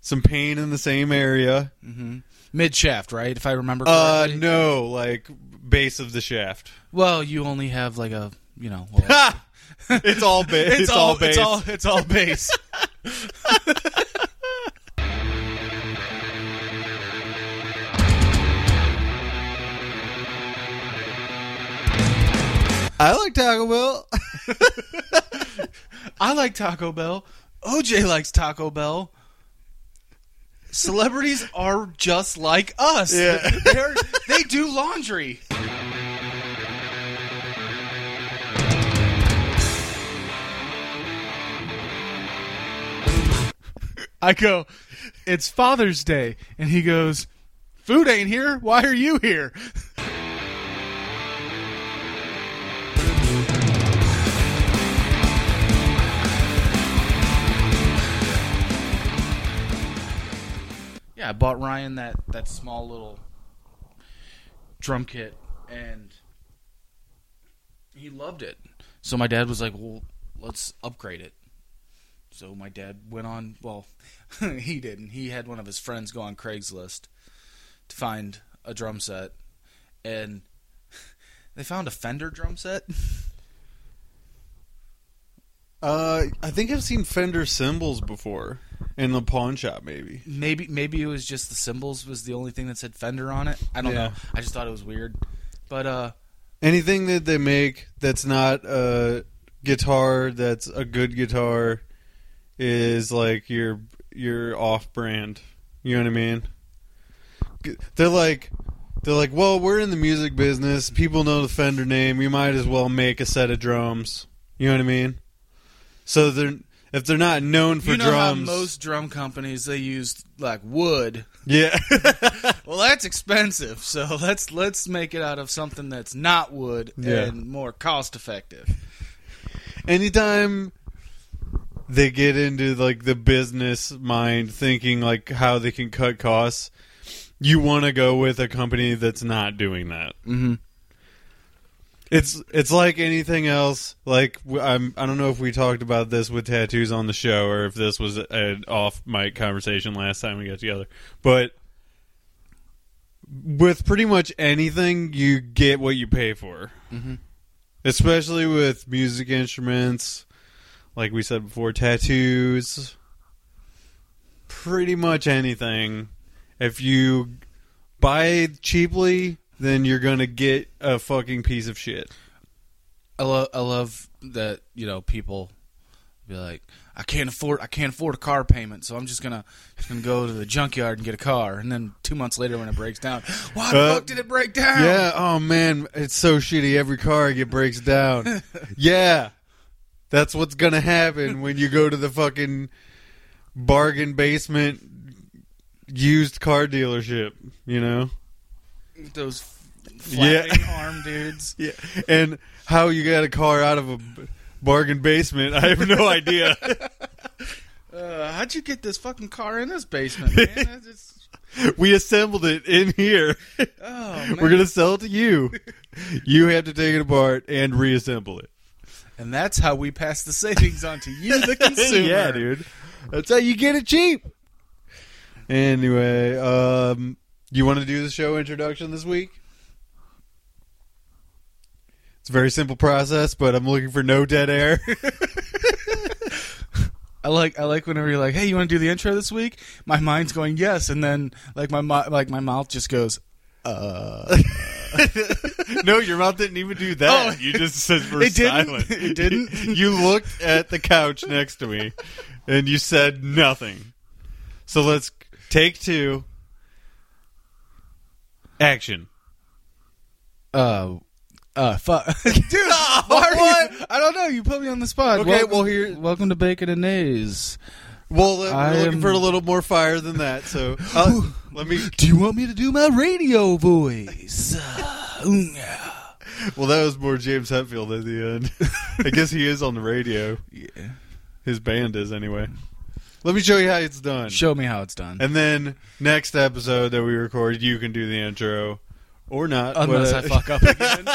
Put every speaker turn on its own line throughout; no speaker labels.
some pain in the same area.
Mid shaft, right? If I remember
Uh,
correctly.
no, like base of the shaft.
Well, you only have like a you know. well-
Ha! It's all base. it's, all, base.
It's all, it's all base.
I like Taco Bell.
I like Taco Bell. OJ likes Taco Bell. Celebrities are just like us.
Yeah.
They're, they do laundry. I go, it's Father's Day. And he goes, Food ain't here. Why are you here? Yeah, I bought Ryan that that small little drum kit, and he loved it. So my dad was like, "Well, let's upgrade it." So my dad went on. Well, he didn't. He had one of his friends go on Craigslist to find a drum set, and they found a Fender drum set.
Uh, I think I've seen Fender cymbals before in the pawn shop, maybe.
Maybe maybe it was just the symbols was the only thing that said Fender on it. I don't
Yeah.
know. I just thought it was weird, but uh.
Anything that they make that's not a guitar that's a good guitar is like your your off brand. You know what I mean? G- They're like they're like, "Well, we're in the music business. People know the Fender name. You might as well make a set of drums." You know what I mean? So they're if they're not known for
you know
drums,
how most drum companies they use like wood.
yeah.
Well, that's expensive, so let's let's make it out of something that's not wood
Yeah.
and more cost effective.
anytime they get into like the business mind thinking like how they can cut costs you want to go with a company that's not doing that
Mm-hmm.
it's it's like anything else like w- I'm, i don't know if we talked about this with tattoos on the show or if this was an off mic conversation last time we got together but with pretty much anything you get what you pay for
Mhm.
especially with music instruments like we said before tattoos pretty much anything if you buy cheaply then you're gonna get a fucking piece of shit
I love I love that you know people be like, I can't afford I can't afford a car payment, so I'm just gonna just gonna go to the junkyard and get a car, and then two months later when it breaks down, why the
Uh,
fuck did it break down?
Yeah. Oh man, it's so shitty. Every car I get breaks down. yeah, that's what's gonna happen when you go to the fucking bargain basement used car dealership. You know.
those
Yeah.
flapping arm dudes.
Yeah. And how you got a car out of a b- bargain basement? I have no idea.
Uh, how'd you get this fucking car in this basement, man? I just-
we assembled it in here.
Oh, man.
We're gonna sell it to you. You have to take it apart and reassemble it.
and that's how we pass the savings on to you, the consumer.
yeah, dude. That's how you get it cheap. Anyway, um, you want to do the show introduction this week? It's a very simple process, but I'm looking for no dead air.
I like I like whenever you're like, "Hey, you want to do the intro this week?" My mind's going yes, and then like my mo- like my mouth just goes, "Uh."
no, your mouth didn't even do that.
Oh.
you just said for
It didn't?
silent.
It didn't?
you looked at the couch next to me, and you said nothing. So let's take two. Action.
Uh, uh, fuck, dude. why are You, I don't know. You put me on the spot.
Okay,
welcome,
well, here-
Welcome to Bacon and Nays.
Well, uh, we're
I
looking
am-
for a little more fire than that, so uh, let me.
Do you want me to do my radio voice? Uh,
Well, that was more James Hetfield at the end. I guess he is on the radio.
yeah.
His band is anyway. Let me show you how it's done,
Show me how it's done.
and then next episode that we record, you can do the intro or not.
Unless I
but, uh,
fuck up again.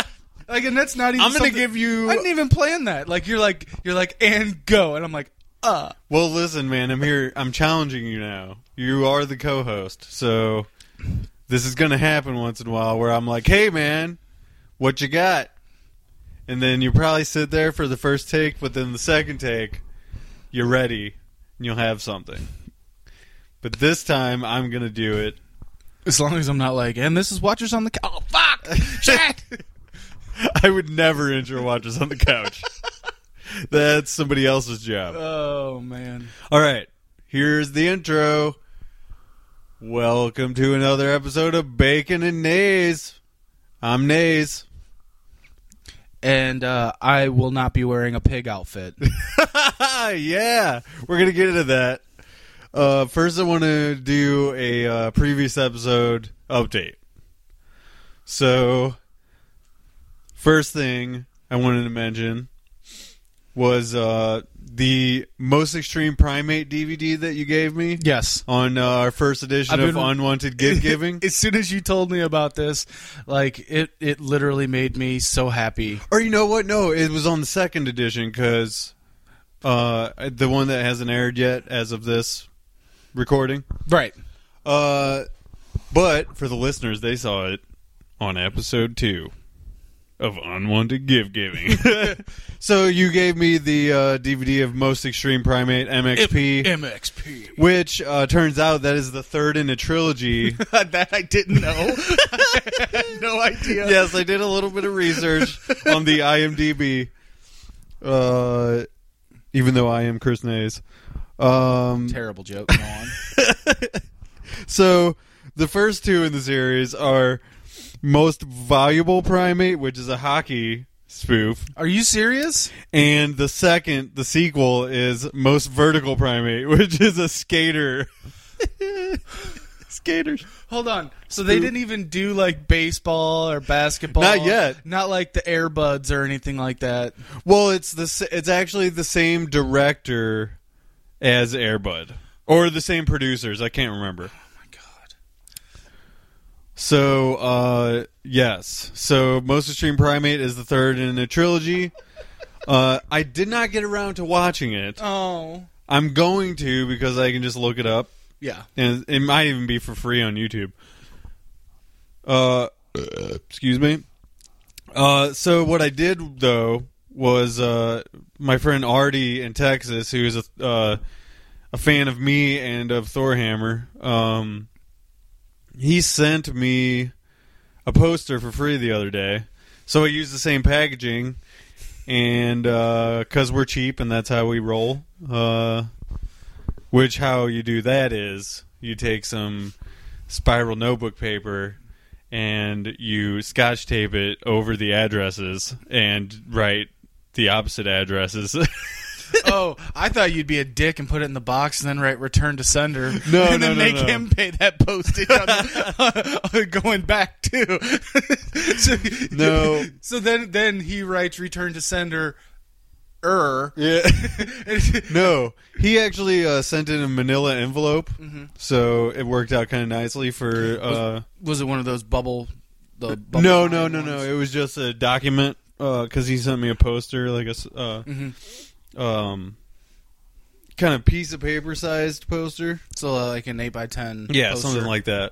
Like, and that's not even.
I'm gonna
something-
give you.
I didn't even plan that. Like, you're like, you're like, and go, and I'm like, uh.
well, listen, man. I'm here. I'm challenging you now. you are the co-host, so this is going to happen once in a while where I'm like, "Hey, man, what you got?" And then you probably sit there for the first take, but then the second take, you're ready and you'll have something. But this time, I'm going to do it.
As long as I'm not like, and this is Watchers on the Couch. Oh, fuck! Shit!
I would never injure watchers on the couch. That's somebody else's job.
oh, man.
All right, here's the intro. Welcome to another episode of Bacon and Nays. I'm Nays.
And uh, I will not be wearing a pig outfit.
yeah, we're gonna get into that. Uh, first, I want to do a uh, previous episode update. So, first thing I wanted to mention was uh, the most extreme primate DVD that you gave me
yes.
on uh, our first edition
I've
of
been-
Unwanted Gift Giving.
as soon as you told me about this, like it, it literally made me so happy.
Or you know what? No, it was on the second edition because uh, the one that hasn't aired yet as of this recording.
Right.
Uh, but for the listeners, they saw it on episode two of Unwanted Gift Giving. so you gave me the uh, DVD of Most Extreme Primate MXP,
MXP.
which uh, turns out that is the third in a trilogy.
that I didn't know. I had no idea.
yes, I did a little bit of research on the IMDb. Uh, even though I am Chris Nays. Um,
Terrible joke. Go on.
So the first two in the series are most valuable primate, which is a hockey spoof,
Are you serious?
and the second, the sequel is most vertical primate, which is a skater. Skaters.
Hold on. So they didn't even do like baseball or basketball.
Not yet.
Not like the Airbuds or anything like that.
Well, it's the s- it's actually the same director as Airbud, or the same producers. I can't remember.
Oh my god.
So, uh, yes. So, Most Extreme Primate is the third in a trilogy. Uh, I did not get around to watching it.
Oh.
I'm going to because I can just look it up,
Yeah.
and it might even be for free on YouTube. Uh, excuse me. Uh, so what I did though was uh, my friend Artie in Texas, who is a uh, a fan of me and of Thorhammer. Um, he sent me a poster for free the other day, so I used the same packaging, and because we're cheap and that's how we roll. Uh, which how you do that is you take some spiral notebook paper and you scotch tape it over the addresses and write the opposite addresses.
oh, I thought you'd be a dick and put it in the box and then write return to sender.
No,
and
no, no,
then make
no.
him pay that postage on the, going back too. so,
No.
So then then he writes return to sender er.
yeah. no, he actually uh, sent in a manila envelope, so it worked out kind of nicely for. Uh,
Mm-hmm. Was it one of those bubble the bubble
no, no,
line
no, no.
ones?
It was just a document because he sent me a poster, like a s- uh,
Mhm.
um, kind of piece of paper sized poster.
So uh, like an eight by ten.
Yeah,
poster.
something like that.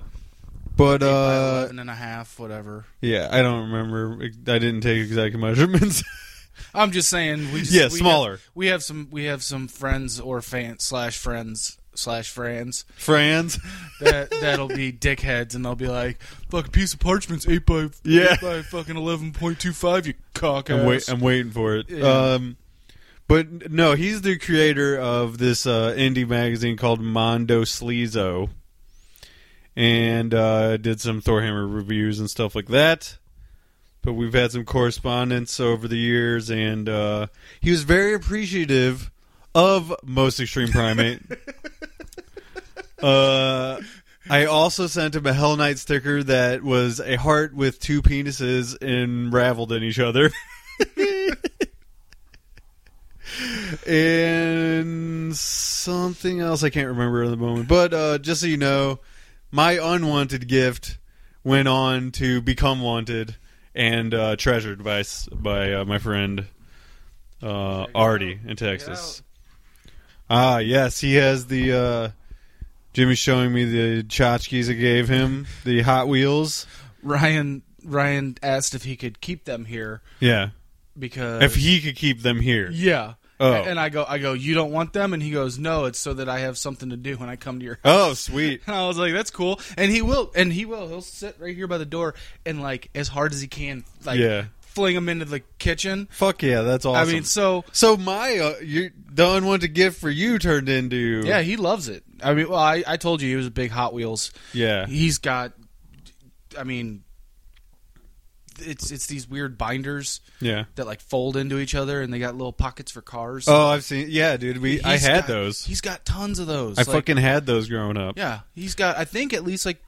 But
by
uh,
eleven and a half, whatever.
yeah, I don't remember. I didn't take exact measurements.
I'm just saying. We just,
Yeah,
we
smaller.
Have, we have some. We have some friends or fan slash friends slash friends
Franz.
that that'll be dickheads and they'll be like, "Fuck, a piece of parchment's eight by
Yeah.
eight by fucking eleven point two five. You cock
I'm, wait,
ass."
I'm waiting for it.
Yeah.
Um, but no, he's the creator of this uh, indie magazine called Mondo Sleazo, and uh, did some Thorhammer reviews and stuff like that. But we've had some correspondence over the years, and uh, he was very appreciative of Most Extreme Primate. uh, I also sent him a Hell Knight sticker that was a heart with two penises enraveled in each other. and something else I can't remember at the moment. But uh, just so you know, my unwanted gift went on to become wanted and uh, treasured by s- by uh, my friend uh,
Check it
Artie in Texas. Ah, yes, he has the uh, Jimmy's showing me the tchotchkes I gave him, the Hot Wheels.
Ryan Ryan asked if he could keep them here
Yeah.
because
If he could keep them here.
yeah.
Oh.
And I go, I go. You don't want them, and he goes, No, it's so that I have something to do when I come to your house.
Oh, sweet.
And I was like, That's cool. And he will, and he will. He'll sit right here by the door and like as hard as he can, like
Yeah.
fling them into the kitchen.
Fuck yeah, that's awesome.
I mean, so
so my uh, you the unwanted gift for you turned into
yeah, he loves it. I mean, well, I, I told you he was a big Hot Wheels
yeah
he's got i mean it's it's these weird binders
yeah.
that like fold into each other and they got little pockets for cars
Oh, I've seen yeah, dude. We I
He's
had
got-
those.
he's got tons of those
I
Like,
fucking had those growing up.
yeah he's got i think at least like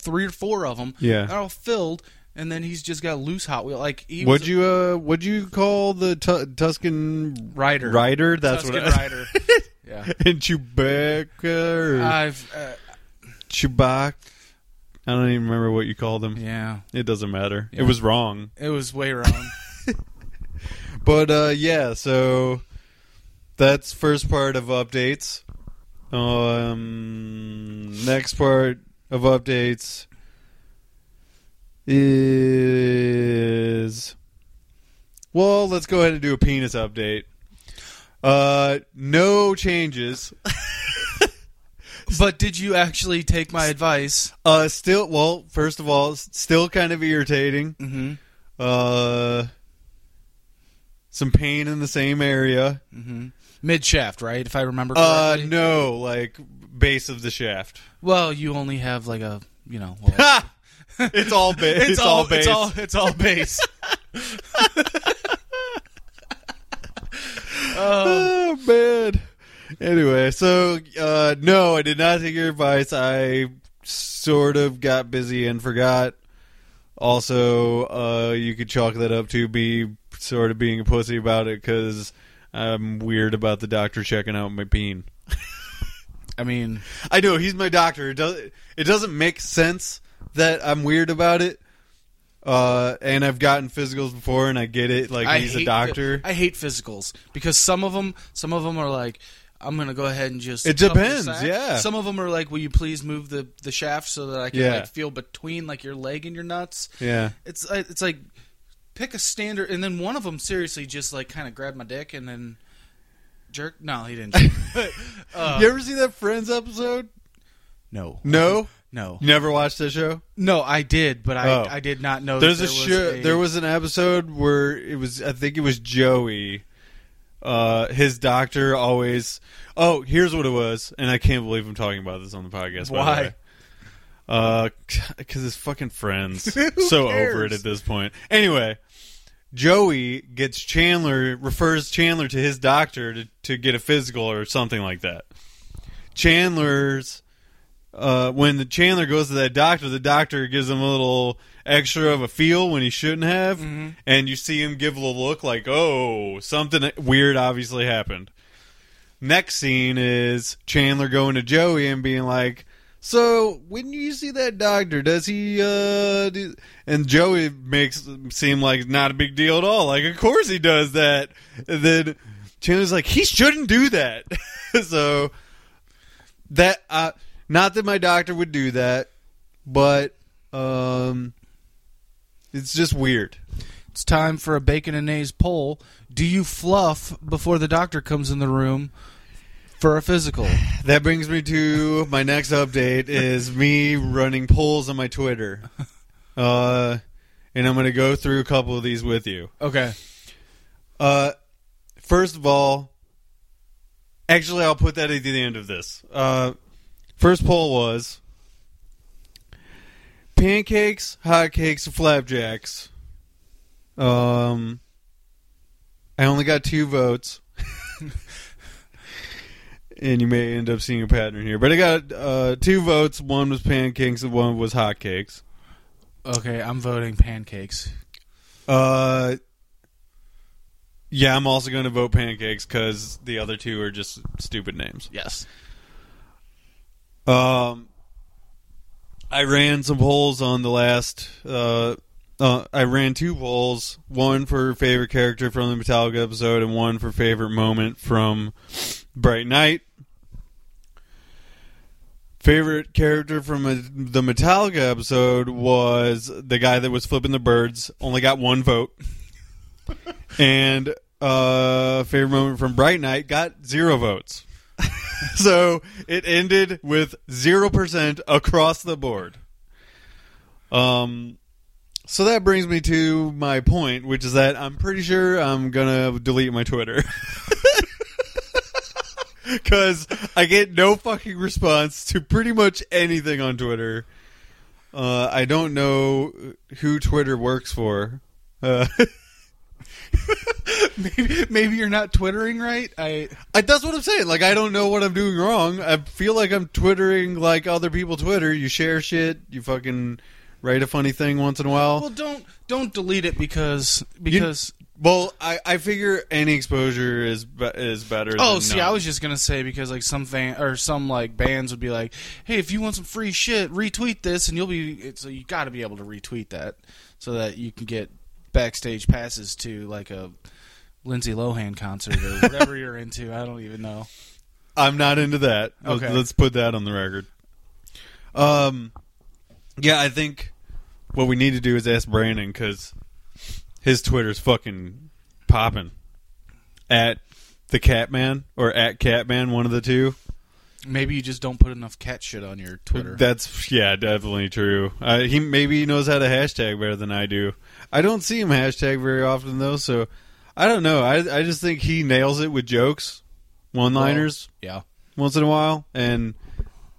three or four of them
Yeah.
they're all filled and then he's just got loose hot wheel like he
Would
was
you uh? Would you call the tu- Tuscan
a rider
Rider? That's
Tuscan
what. I,
rider yeah
and Chewbacca or
i've uh,
Chewbacca. I don't even remember what you called them.
yeah
It doesn't matter. It
Yeah.
was wrong.
it was way wrong
But uh, yeah, so that's first part of updates. Um, next part of updates is well, let's go ahead and do a penis update. Uh, no changes.
but did you actually take my advice
Uh, still, well, first of all, s- still kind of irritating.
mm-hmm
Uh, some pain in the same area.
mm-hmm mid shaft right if i remember
Uh,
correctly.
no, like base of the shaft.
Well, you only have like a you know. well-
Ha! It's all base. it's, all, base.
It's all, it's all base. Uh,
Oh man. Anyway, so uh, no, I did not take your advice. I sort of got busy and forgot. Also, uh, you could chalk that up to be sort of being a pussy about it because I'm weird about the doctor checking out my peen.
I mean,
I know he's my doctor. It does it doesn't make sense that I'm weird about it. Uh, and I've gotten physicals before, and I get it. Like
I
he's
hate
a doctor.
I hate physicals because some of them, some of them are like, I'm gonna go ahead and just.
It
cup your
depends,
sack."
yeah.
Some of them are like, will you please move the the shaft so that I can
Yeah.
like feel between like your leg and your nuts.
yeah,
It's I- it's like pick a standard, and then one of them seriously just like kind of grabbed my dick and then jerk. No, he didn't. Jerk. Uh,
you ever see that Friends episode?
No,
No,
no.
you never watched that show.
No, I did, but I,
Oh.
I did not know.
There's
that
a show. There was an episode where it was. I think it was Joey. Uh, his doctor always. Oh, here's what it was, and I can't believe I'm talking about this on the podcast. By
Why?
the way. Uh, because his fucking friends
Who
so over
cares?
it at this point. Anyway, Joey gets Chandler refers Chandler to his doctor to, to get a physical or something like that. Chandler's uh, when the Chandler goes to that doctor, the doctor gives him a little extra of a feel when he shouldn't have,
Mm-hmm.
and you see him give a little look like, "Oh, something weird obviously happened." Next scene is Chandler going to Joey and being like, "So when you see that doctor, does he?" uh do... And Joey makes it seem like not a big deal at all. Like, of course he does that. And then Chandler's like, "He shouldn't do that." so that uh, not that my doctor would do that, but um, it's just weird.
It's time for a bacon and eggs poll. Do you fluff before the doctor comes in the room for a physical?
That brings me to my next update is me running polls on my Twitter. Uh, and I'm going to go through a couple of these with you.
Okay.
Uh, first of all, actually, I'll put that at the end of this. Uh, first poll was pancakes, hotcakes, and flapjacks. Um, I only got two votes. And you may end up seeing a pattern here, but I got uh, two votes. One was pancakes, and one was hotcakes.
Okay, I'm voting pancakes.
Uh, yeah, I'm also going to vote pancakes because the other two are just stupid names.
Yes.
Um, I ran some polls on the last. Uh, uh, I ran two polls: one for favorite character from the Metallica episode, and one for favorite moment from Bright Night. favorite character from a, the Metallica episode was the guy that was flipping the birds. Only got one vote. and uh, favorite moment from Bright Night got zero votes. so it ended with zero percent across the board. Um, so that brings me to my point, which is that I'm pretty sure I'm gonna delete my Twitter. Because I get no fucking response to pretty much anything on Twitter. Uh, I don't know who Twitter works for. Uh,
maybe, maybe you're not twittering right. I
I, that's what I'm saying. Like, I don't know what I'm doing wrong. I feel like I'm twittering like other people Twitter. You share shit. You fucking write a funny thing once in a while.
Well, don't don't delete it because because
Well, I, I figure any exposure is be- is better.
oh,
than
see,
none.
I was just gonna say because like some fan or some like bands would be like, hey, if you want some free shit, retweet this, and you'll be it's, so you got to be able to retweet that so that you can get backstage passes to like a Lindsay Lohan concert or whatever you're into. I don't even know.
I'm not into that. Let's-
Okay.
Let's put that on the record. Um, yeah, I think what we need to do is ask Brandon because his Twitter's fucking popping at the Catman or at Catman, one of the two.
Maybe you just don't put enough cat shit on your Twitter.
That's yeah, definitely true. Uh, he maybe he knows how to hashtag better than I do. I don't see him hashtag very often though, so I don't know. I I just think he nails it with jokes, one liners
yeah.
once in a while, and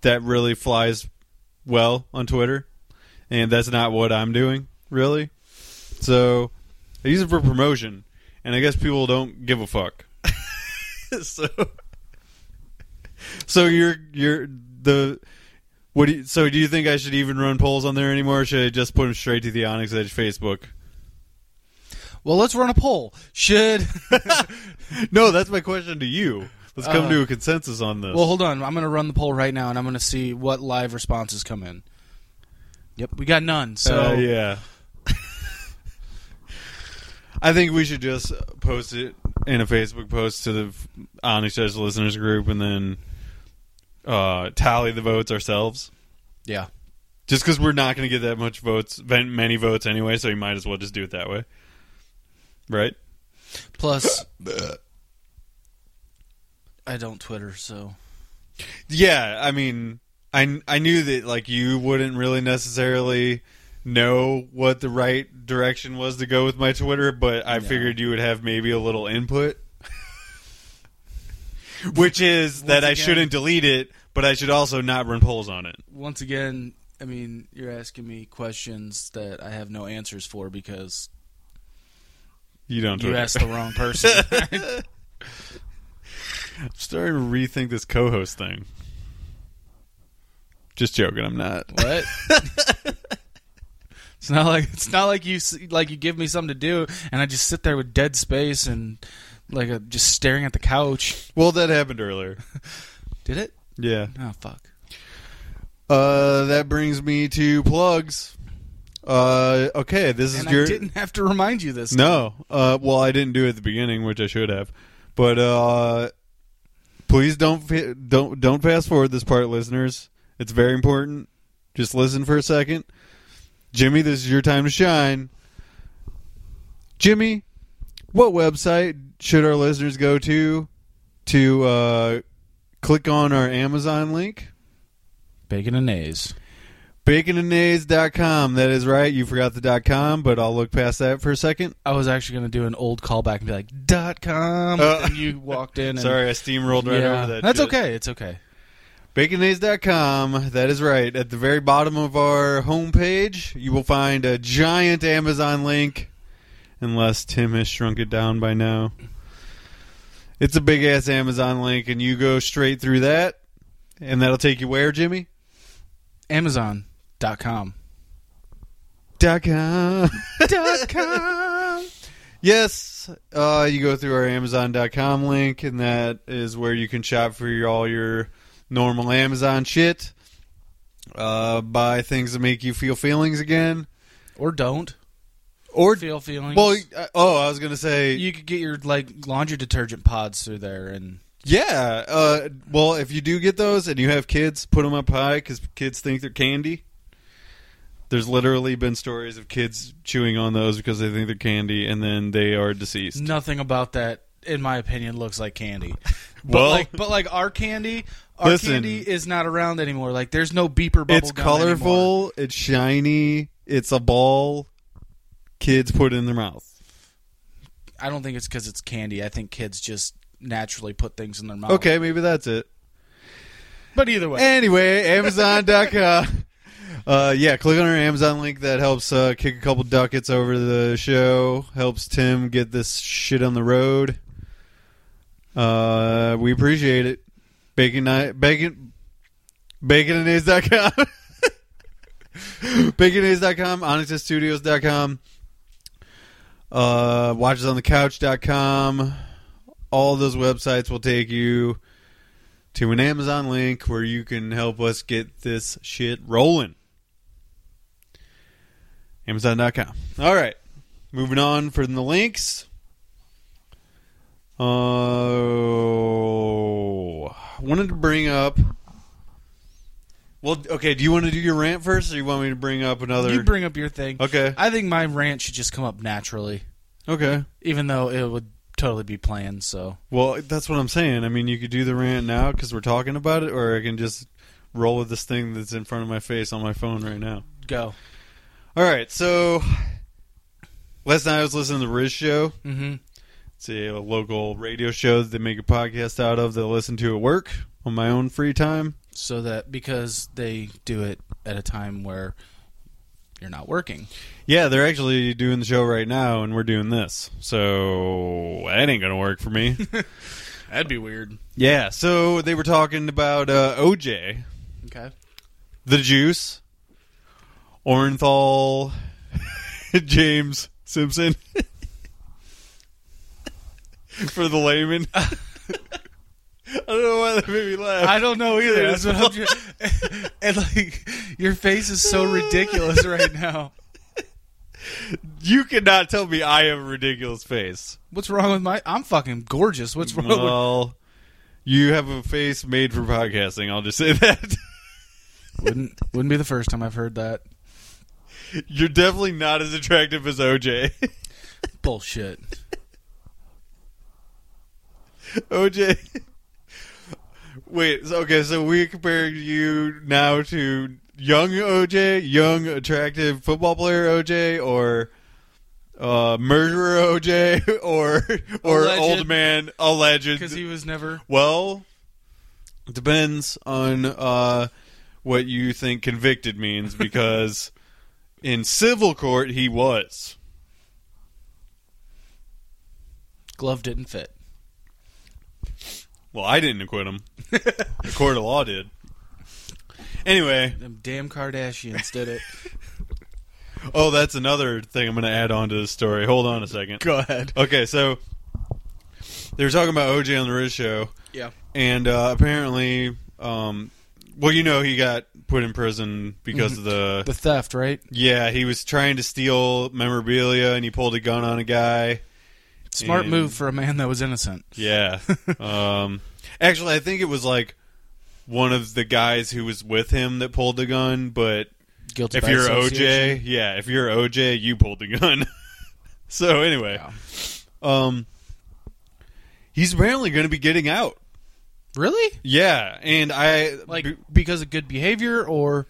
that really flies well on Twitter. And that's not what I'm doing really. So I use it for promotion, and I guess people don't give a fuck. so so you're you're the what do you, so do you think I should even run polls on there anymore? Or should I just put them straight to the Onyx Edge Facebook?
Well, let's run a poll. Should
no, that's my question to you. Let's come
Uh,
to a consensus on this.
well, hold on. I'm gonna run the poll right now, and I'm gonna see what live responses come in. Yep, we got none. So
Uh, yeah. I think we should just post it in a Facebook post to the Onyx Edge listeners group, and then uh, tally the votes ourselves.
yeah.
Just because we're not going to get that much votes, ven- many votes anyway, so you might as well just do it that way, right?
Plus, I don't Twitter, so
Yeah, I mean, I I knew that like you wouldn't really necessarily know what the right direction was to go with my Twitter, but I
No.
figured you would have maybe a little input. Which is that I
again-
shouldn't delete it, but I should also not run polls on it.
once again, I mean, you're asking me questions that I have no answers for because
You don't.
you
Twitter.
asked the wrong person.
I'm starting to rethink this co-host thing. Just joking. I'm not.
what? It's not like it's not like you s- like you give me something to do, and I just sit there with dead space and like a, just staring at the couch.
Well, that happened earlier.
Did it?
Yeah.
Oh fuck.
Uh, that brings me to plugs. Uh, okay, this is
And
your
I didn't have to remind you this.
no. Uh, well, I didn't do it at the beginning, which I should have. But uh, please don't fa- don't don't fast forward this part, listeners. It's very important. Just listen for a second, Jimmy. This is your time to shine. Jimmy, what website should our listeners go to to uh, click on our Amazon link?
Bacon and A's.
Baconandnays.com. That is right. You forgot the dot .com, but I'll look past that for a second.
I was actually gonna do an old callback and be like dot com,
Uh,
and you walked in. And,
Sorry, I steamrolled right over that.
That's
shit.
okay. It's okay.
Baconandnays.com. That is right. At the very bottom of our homepage, you will find a giant Amazon link, unless Tim has shrunk it down by now. It's a big ass Amazon link, and you go straight through that, and that'll take you where, Jimmy?
Amazon.com.
Dot .com.
dot com.
Yes, uh, you go through our Amazon.com link, and that is where you can shop for your, all your normal Amazon shit. Uh, buy things that make you feel feelings again,
Or don't.
or
Feel feelings.
well, uh, oh, I was gonna say
you could get your like laundry detergent pods through there and
Yeah. Uh, well, if you do get those and you have kids, put them up high because kids think they're candy. There's literally been stories of kids chewing on those because they think they're candy, and then they are deceased.
Nothing about that, in my opinion, looks like candy. But
Well-
like, but like our candy, our
Listen.
candy is not around anymore. Like, there's no beeper bubble.
It's
gum
colorful.
anymore.
It's shiny. It's a ball. Kids put it in their mouth.
I don't think it's because it's candy. I think kids just naturally put things in their mouth.
Okay, maybe that's it.
but either way,
Anyway, Amazon.com. Uh, yeah, click on our Amazon link. That helps uh, kick a couple ducats over the show. Helps Tim get this shit on the road. Uh, we appreciate it. Bacon, ni- bacon, baconanis.com. baconanis.com, onyxstudios.com, uh, watchesonthecouch.com. All those websites will take you to an Amazon link where you can help us get this shit rolling. Amazon.com. All right. Moving on from the links. Uh, Oh. wanted to bring up. Well, okay. Do you want to do your rant first, or you want me to bring up another?
you bring up your thing.
okay.
I think my rant should just come up naturally,
Okay.
even though it would totally be planned. So
Well, that's what I'm saying. I mean, you could do the rant now because we're talking about it, or I can just roll with this thing that's in front of my face on my phone right now.
go.
All right, so last night I was listening to the Riz Show.
Mm-hmm.
It's a local radio show that they make a podcast out of that I listen to at work on my own free time.
So that because they do it at a time where you're not working.
Yeah, they're actually doing the show right now, and we're doing this. So that ain't going to work for me.
That'd be weird.
yeah, so they were talking about uh, OJ,
Okay.
The Juice, Orenthal, James Simpson. For the layman. I don't know why that made me laugh.
I don't know either. That's what I'm ju- and like your face is so ridiculous right now.
You cannot tell me I have a ridiculous face.
What's wrong with my? I'm fucking gorgeous. What's wrong
Well, you have a face made for podcasting. I'll just say that.
with? Wouldn't wouldn't be the first time I've heard that
You're definitely not as attractive as OJ.
bullshit.
OJ. Wait, so- okay, so we're comparing you now to young OJ, young attractive football player OJ, or uh, murderer OJ, or or
Alleged.
old man alleged
Because he was never.
Well, it depends on uh, what you think convicted means because in civil court he was.
Glove didn't fit.
Well, I didn't acquit him. the court of law did. Anyway,
Them damn Kardashians did it.
oh, that's another thing I'm going to add on to this story. Hold on a second.
Go ahead.
Okay, so they were talking about OJ on the Riz show.
Yeah.
and uh, apparently, um, well, you know, he got put in prison because of the
The theft, right?
Yeah, he was trying to steal memorabilia and he pulled a gun on a guy.
Smart
And-
move for a man that was innocent.
Yeah. um, actually, I think it was like one of the guys who was with him that pulled the gun, but
Guilty.
if
by
you're
association.
OJ, yeah, if you're OJ, you pulled the gun. so anyway,
Yeah.
um he's apparently going to be getting out.
really?
Yeah, and I
Like because of good behavior or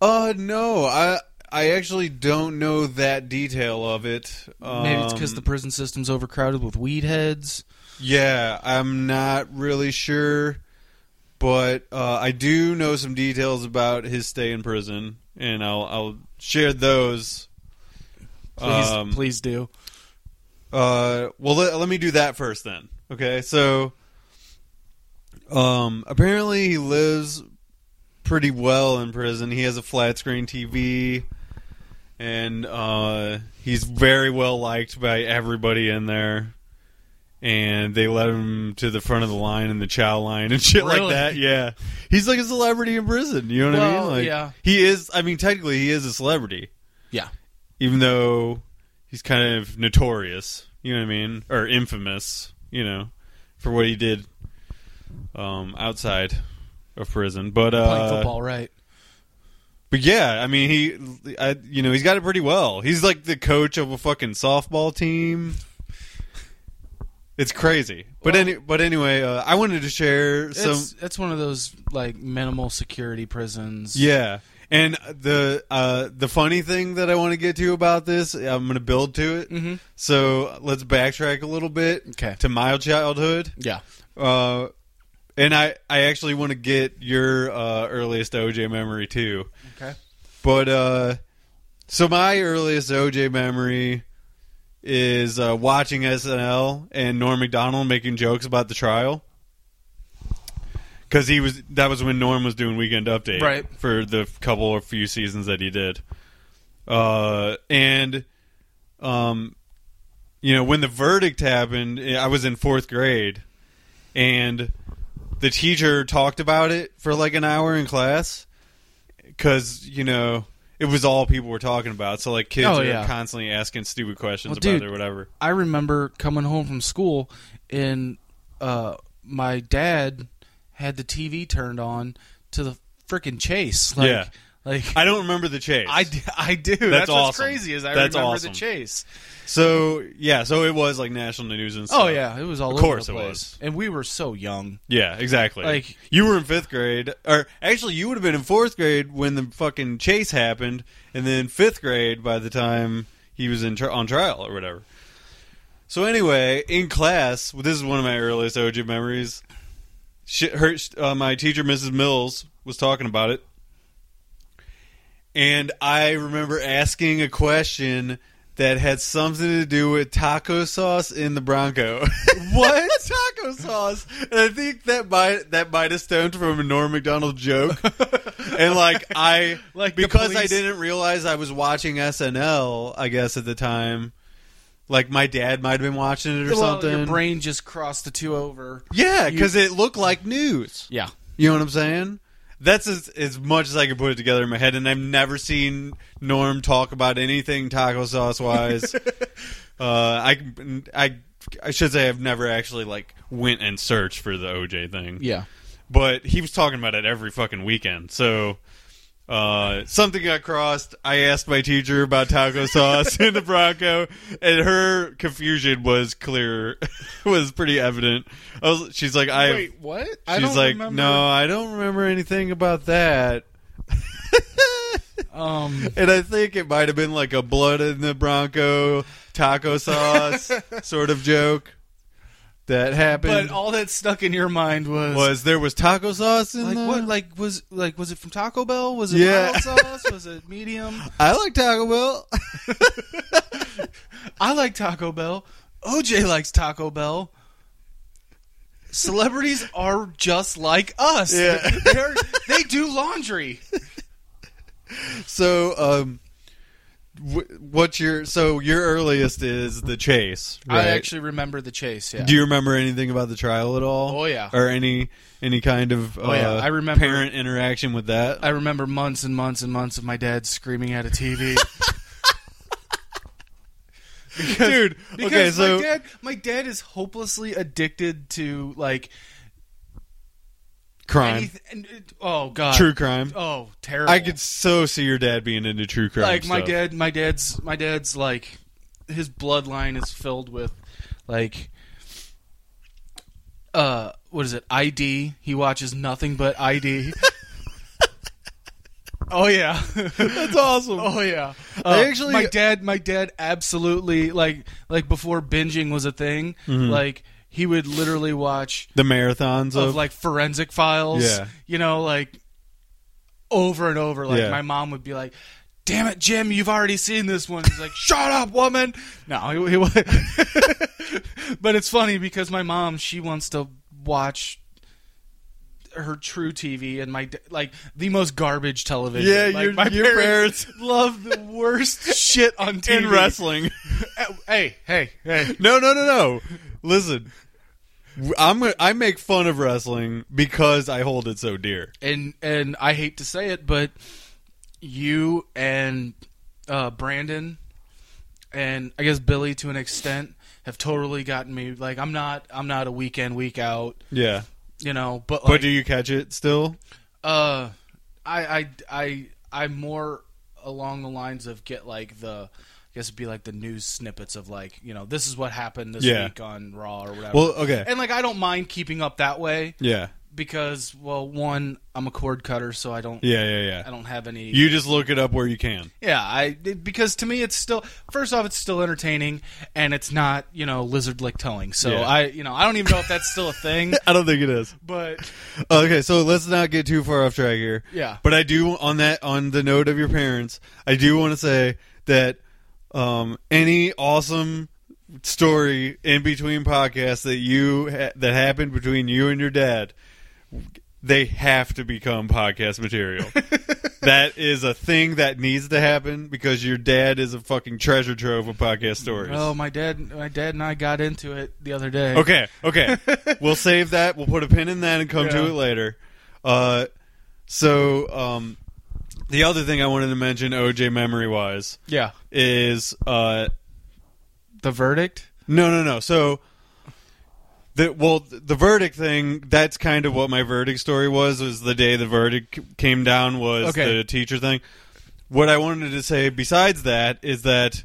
uh no, I I actually don't know that detail of it.
maybe it's because
Um,
the prison system's overcrowded with weed heads.
Yeah, I'm not really sure, but uh, I do know some details about his stay in prison, and I'll I'll share those.
Please,
Um,
please do.
Uh, well, let, let me do that first then. Okay, so, um, apparently he lives pretty well in prison. He has a flat screen TV, and uh, he's very well liked by everybody in there. And they let him to the front of the line and the chow line and shit like
Really?
that. Yeah, he's like a celebrity in prison. You know what I
Well,
mean? Like,
yeah.
he is. I mean, technically, he is a celebrity
Yeah.
even though he's kind of notorious, you know what I mean, or infamous, you know, for what he did. um, outside of prison. But
Playing
uh,
football, right?
but yeah, I mean he, I, you know, he's got it pretty well. He's like the coach of a fucking softball team. It's crazy, but
Well-
any but anyway, uh, I wanted to share some.
it's, it's one of those like minimal security prisons.
Yeah. And the uh, the funny thing that I want to get to about this, I'm going to build to it.
Mhm.
So let's backtrack a little bit
Okay.
to my childhood.
Yeah.
Uh, and I, I actually want to get your uh, earliest OJ memory too.
Okay.
But uh, so my earliest OJ memory is uh, watching SNL and Norm Macdonald making jokes about the trial. Because he was, that was when Norm was doing Weekend Update,
Right.
For the couple or few seasons that he did, uh, and um, you know, when the verdict happened, eh, I was in fourth grade, and the teacher talked about it for like an hour in class because you know it was all people were talking about. So like kids
Oh,
are
yeah.
constantly asking stupid questions
Well,
about
dude,
it or whatever.
I remember coming home from school and uh, my dad had the TV turned on to the freaking chase. Like,
Yeah.
Like
I don't remember the chase.
I, d- I do. That's, what's
awesome.
crazy is I
That's
remember
awesome.
the chase.
so yeah, so it was like national news and stuff.
Oh yeah, it was all
Of
over
course
the
it
place.
was.
And we were so young.
yeah, exactly.
Like-
you were in fifth grade, or actually you would have been in fourth grade when the fucking chase happened, and then fifth grade by the time he was in tr on trial or whatever. So anyway, in class, this is one of my earliest OJ memories. She, her, uh, my teacher, Mrs. Mills, was talking about it, and I remember asking a question that had something to do with taco sauce in the Bronco. What taco sauce? And I think that might that might have stemmed from a Norm Macdonald joke. and like I
Like the
because I
police-
didn't realize I was watching SNL, I guess at the time. Like my dad might have been watching it or
Well,
something.
Your brain just crossed the two over.
yeah,
you-
because it looked like news.
Yeah.
You know what I'm saying? That's as, as much as I can put it together in my head, and I've never seen Norm talk about anything taco sauce wise. uh, I, I, I should say I've never actually like went and searched for the OJ thing,
Yeah.
but he was talking about it every fucking weekend. So uh, something got crossed. I asked my teacher about taco sauce in the Bronco, and her confusion was clear, was pretty evident. I was, she's like, I
Wait, what? She's
She's like, no, I don't remember anything about that.
Um.
And I think it might have been like a blood in the Bronco taco sauce sort of joke that happened.
But all that stuck in your mind was Uh,
was there was taco sauce in
like
the?
what? Like was like was it from Taco Bell? Was it
Yeah.
mild sauce? Was it medium?
I like Taco Bell.
I like Taco Bell. OJ likes Taco Bell. Celebrities are just like us.
Yeah.
They're, they do laundry.
so, um, wh- what's your so your earliest is the chase? Right?
I actually remember the chase. Yeah.
Do you remember anything about the trial at all?
Oh, yeah. Oh,
or any any kind of uh,
yeah, I remember-
parent interaction with that.
I remember months and months and months of my dad screaming at a TV.
Dude,
Because
okay, so
my dad, my dad is hopelessly addicted to like
crime,
anything. and it- Oh god,
true crime.
Oh, terrible.
I could so see your dad being into true crime.
like my
stuff.
dad my dad's my dad's like his bloodline is filled with like uh what is it id he watches nothing but id oh yeah
That's awesome.
oh yeah
I
Uh,
actually-
my dad my dad absolutely like like before binging was a thing
Mm-hmm.
like he would literally watch
The marathons of,
of like forensic files.
Yeah.
You know, like over and over. Like
Yeah.
my mom would be like, "Damn it, Jim, you've already seen this one." He's like, "Shut up, woman." No, he, he wa- but it's funny because my mom she wants to watch her true TV and my da- like the most garbage television.
Yeah,
like,
your-
my
your
parents, love the worst shit on TV.
in wrestling.
Hey, hey, hey.
no, no, no, no. Listen, w- I'm gonna- I make fun of wrestling because I hold it so dear.
and and I hate to say it, but you and uh, Brandon and I guess Billy to an extent have totally gotten me. Like I'm not I'm not a weekend week out
Yeah,
you know, but like,
but do you catch it still?
uh, I I I I'm more along the lines of get like the. I guess it'd be like the news snippets of like you know this is what happened this
Yeah.
week on Raw or whatever.
Well, okay,
and like I don't mind keeping up that way
yeah,
because well one I'm a cord cutter so I don't
yeah, yeah, yeah.
I don't have any
You just look it up where you can.
yeah I because to me it's still first off it's still entertaining and it's not you know lizard lick towing so
Yeah.
I you know I don't even know if that's still a thing
I don't think it is.
but
Okay, so let's not get too far off track here.
yeah
But I do on that on the note of your parents, I do want to say that um, any awesome story in between podcasts that you ha- that happened between you and your dad, they have to become podcast material. that is a thing that needs to happen because your dad is a fucking treasure trove of podcast stories.
oh my dad my dad and I got into it the other day
Okay, okay. we'll save that. We'll put a pin in that and come to
Yeah.
it later. Uh, so um, the other thing I wanted to mention, OJ memory wise,
yeah
is uh,
the verdict
no, no, no. So the well, the verdict thing. That's kind of what my verdict story was. Was the day the verdict c- came down was
Okay.
the teacher thing. What I wanted to say besides that is that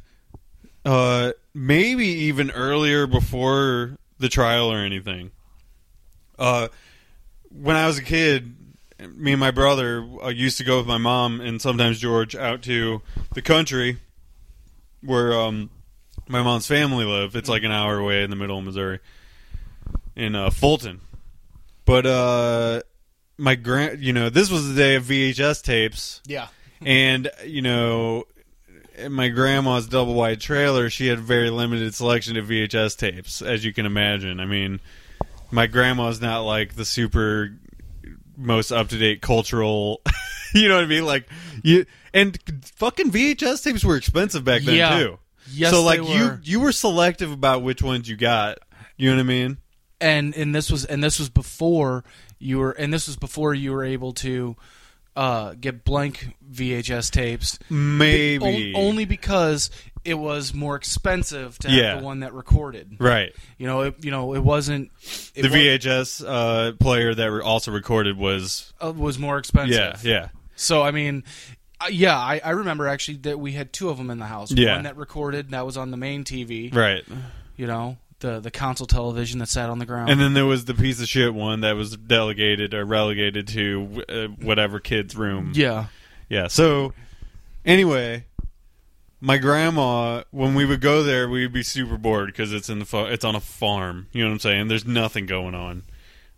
uh, maybe even earlier before the trial or anything. Uh, when I was a kid, me and my brother uh, used to go with my mom and sometimes George out to the country where um, my mom's family live. It's like an hour away in the middle of Missouri, in uh, Fulton. But uh, my grand, you know, this was the day of VHS tapes,
yeah
and you know, in my grandma's double wide trailer, she had very limited selection of VHS tapes, as you can imagine. I mean, my grandma's not like the super most up to date cultural. you know what I mean? Like you and fucking VHS tapes were expensive back then
Yeah.
too
yes
so like
they
you
were.
you were selective about which ones you got. You know what I mean?
and and this was and this was before you were and this was before you were able to uh, get blank VHS tapes.
Maybe
O- only because it was more expensive to
Yeah.
have the one that recorded.
right.
You know, it, you know, it wasn't. It
The
wa-
VHS uh, player that re- also recorded was
uh, was more expensive.
yeah yeah
So I mean, uh, yeah, I, I remember actually that we had two of them in the house.
Yeah.
One that recorded and that was on the main TV.
right.
You know, the the console television that sat on the ground.
And then there was the piece of shit one that was delegated or relegated to uh, whatever kid's room.
yeah.
Yeah. So anyway, my grandma, when we would go there, we'd be super bored because it's in the fa- it's on a farm. You know what I'm saying? There's nothing going on.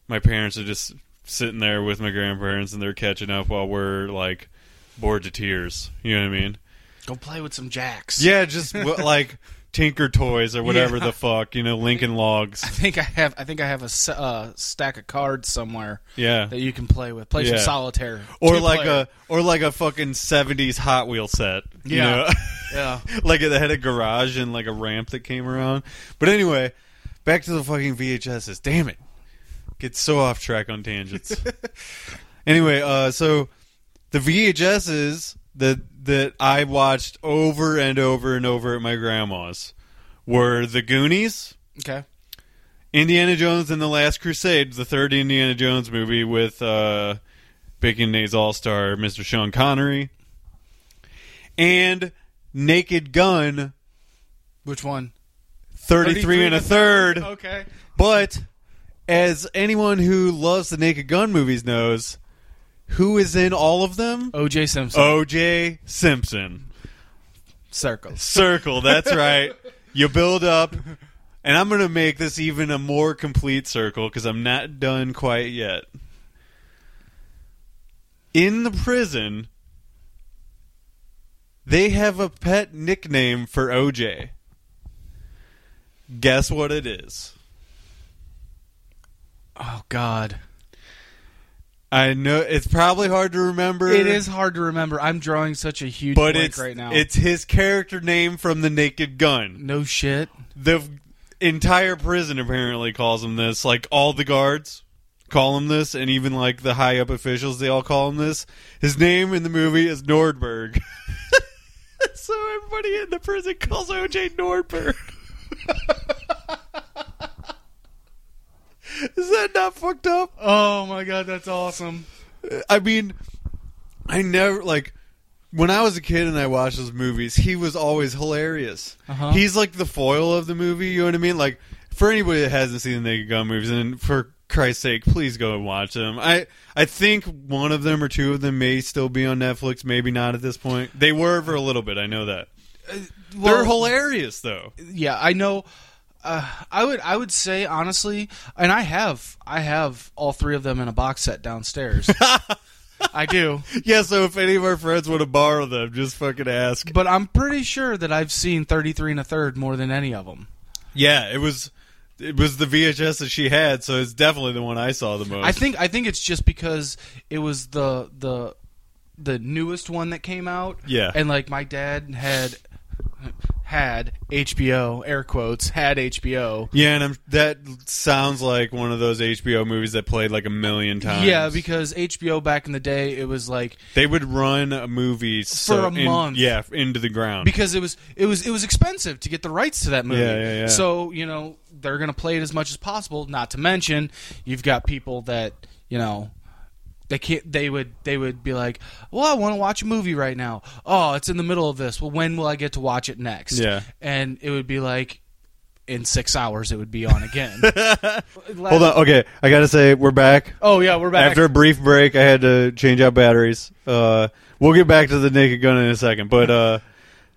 My parents are just sitting there with my grandparents, and they're catching up while we're like bored to tears. You know what I mean?
Go play with some jacks.
Yeah, just w- like Tinker Toys or whatever
Yeah.
the fuck. You know, Lincoln Logs.
I think I have. I think I have a s- uh, stack of cards somewhere
Yeah.
that you can play with. Play some
Yeah.
solitaire.
Or like a or like a fucking '70s Hot Wheel set, you
Yeah.
know?
a yeah.
like they had a garage and like a ramp that came around. But anyway, back to the fucking VHSs. Damn it, get so off track on tangents. anyway, uh, so the VHSs that that I watched over and over and over at my grandma's were the Goonies,
Okay.
Indiana Jones and the Last Crusade, the third Indiana Jones movie with uh, Big and Nate's All Star, Mr. Sean Connery, and Naked Gun.
Which one?
33, and a third.
Okay.
But as anyone who loves the Naked Gun movies knows, who is in all of them?
OJ Simpson.
Oh. OJ Simpson.
Circles.
Circle, that's right. You build up. And I'm going to make this even a more complete circle because I'm not done quite yet. In the prison, they have a pet nickname for OJ. Guess what it is?
Oh God.
I know it's probably hard to remember.
It is hard to remember. I'm drawing such a huge
but
blank
it's
right now.
it's his character name from The Naked Gun.
no shit.
The f- entire prison apparently calls him this. Like all the guards call him this, and even like the high up officials, they all call him this. His name in the movie is Nordberg. so everybody in the prison calls OJ Nordberg. Is that not fucked up?
Oh my god, that's awesome.
I mean, I never like when I was a kid and I watched those movies. He was always hilarious.
Uh-huh.
He's like the foil of the movie. You know what I mean? Like for anybody that hasn't seen the Naked Gun movies, and for Christ's sake, please go and watch them. I I think one of them or two of them may still be on Netflix. Maybe not at this point. They were for a little bit. I know that. They're hilarious though.
yeah, I know. Uh, I would I would say honestly, and I have I have all three of them in a box set downstairs. I do,
Yeah. So if any of our friends want to borrow them, just fucking ask.
but I'm pretty sure that I've seen 33 and a third more than any of them.
Yeah, it was it was the VHS that she had, so it's definitely the one I saw the most.
I think I think it's just because it was the the the newest one that came out.
Yeah.
and like my dad had had HBO air quotes had HBO.
yeah, and I'm, that sounds like one of those HBO movies that played like a million times.
Yeah, because HBO back in the day it was like
they would run a movie so-
a
in-
month.
yeah, into the ground.
because it was it was it was expensive to get the rights to that movie.
Yeah, yeah, yeah.
So you know they're gonna play it as much as possible. Not to mention you've got people that you know they can't. They would they would be like, well, I want to watch a movie right now. Oh, it's in the middle of this. Well, when will I get to watch it next?
Yeah.
and it would be like. In six hours, it would be on again.
Hold on, okay, I gotta say we're back.
Oh yeah, we're back.
After a brief break, I had to change out batteries. Uh, we'll get back to the Naked Gun in a second, but uh,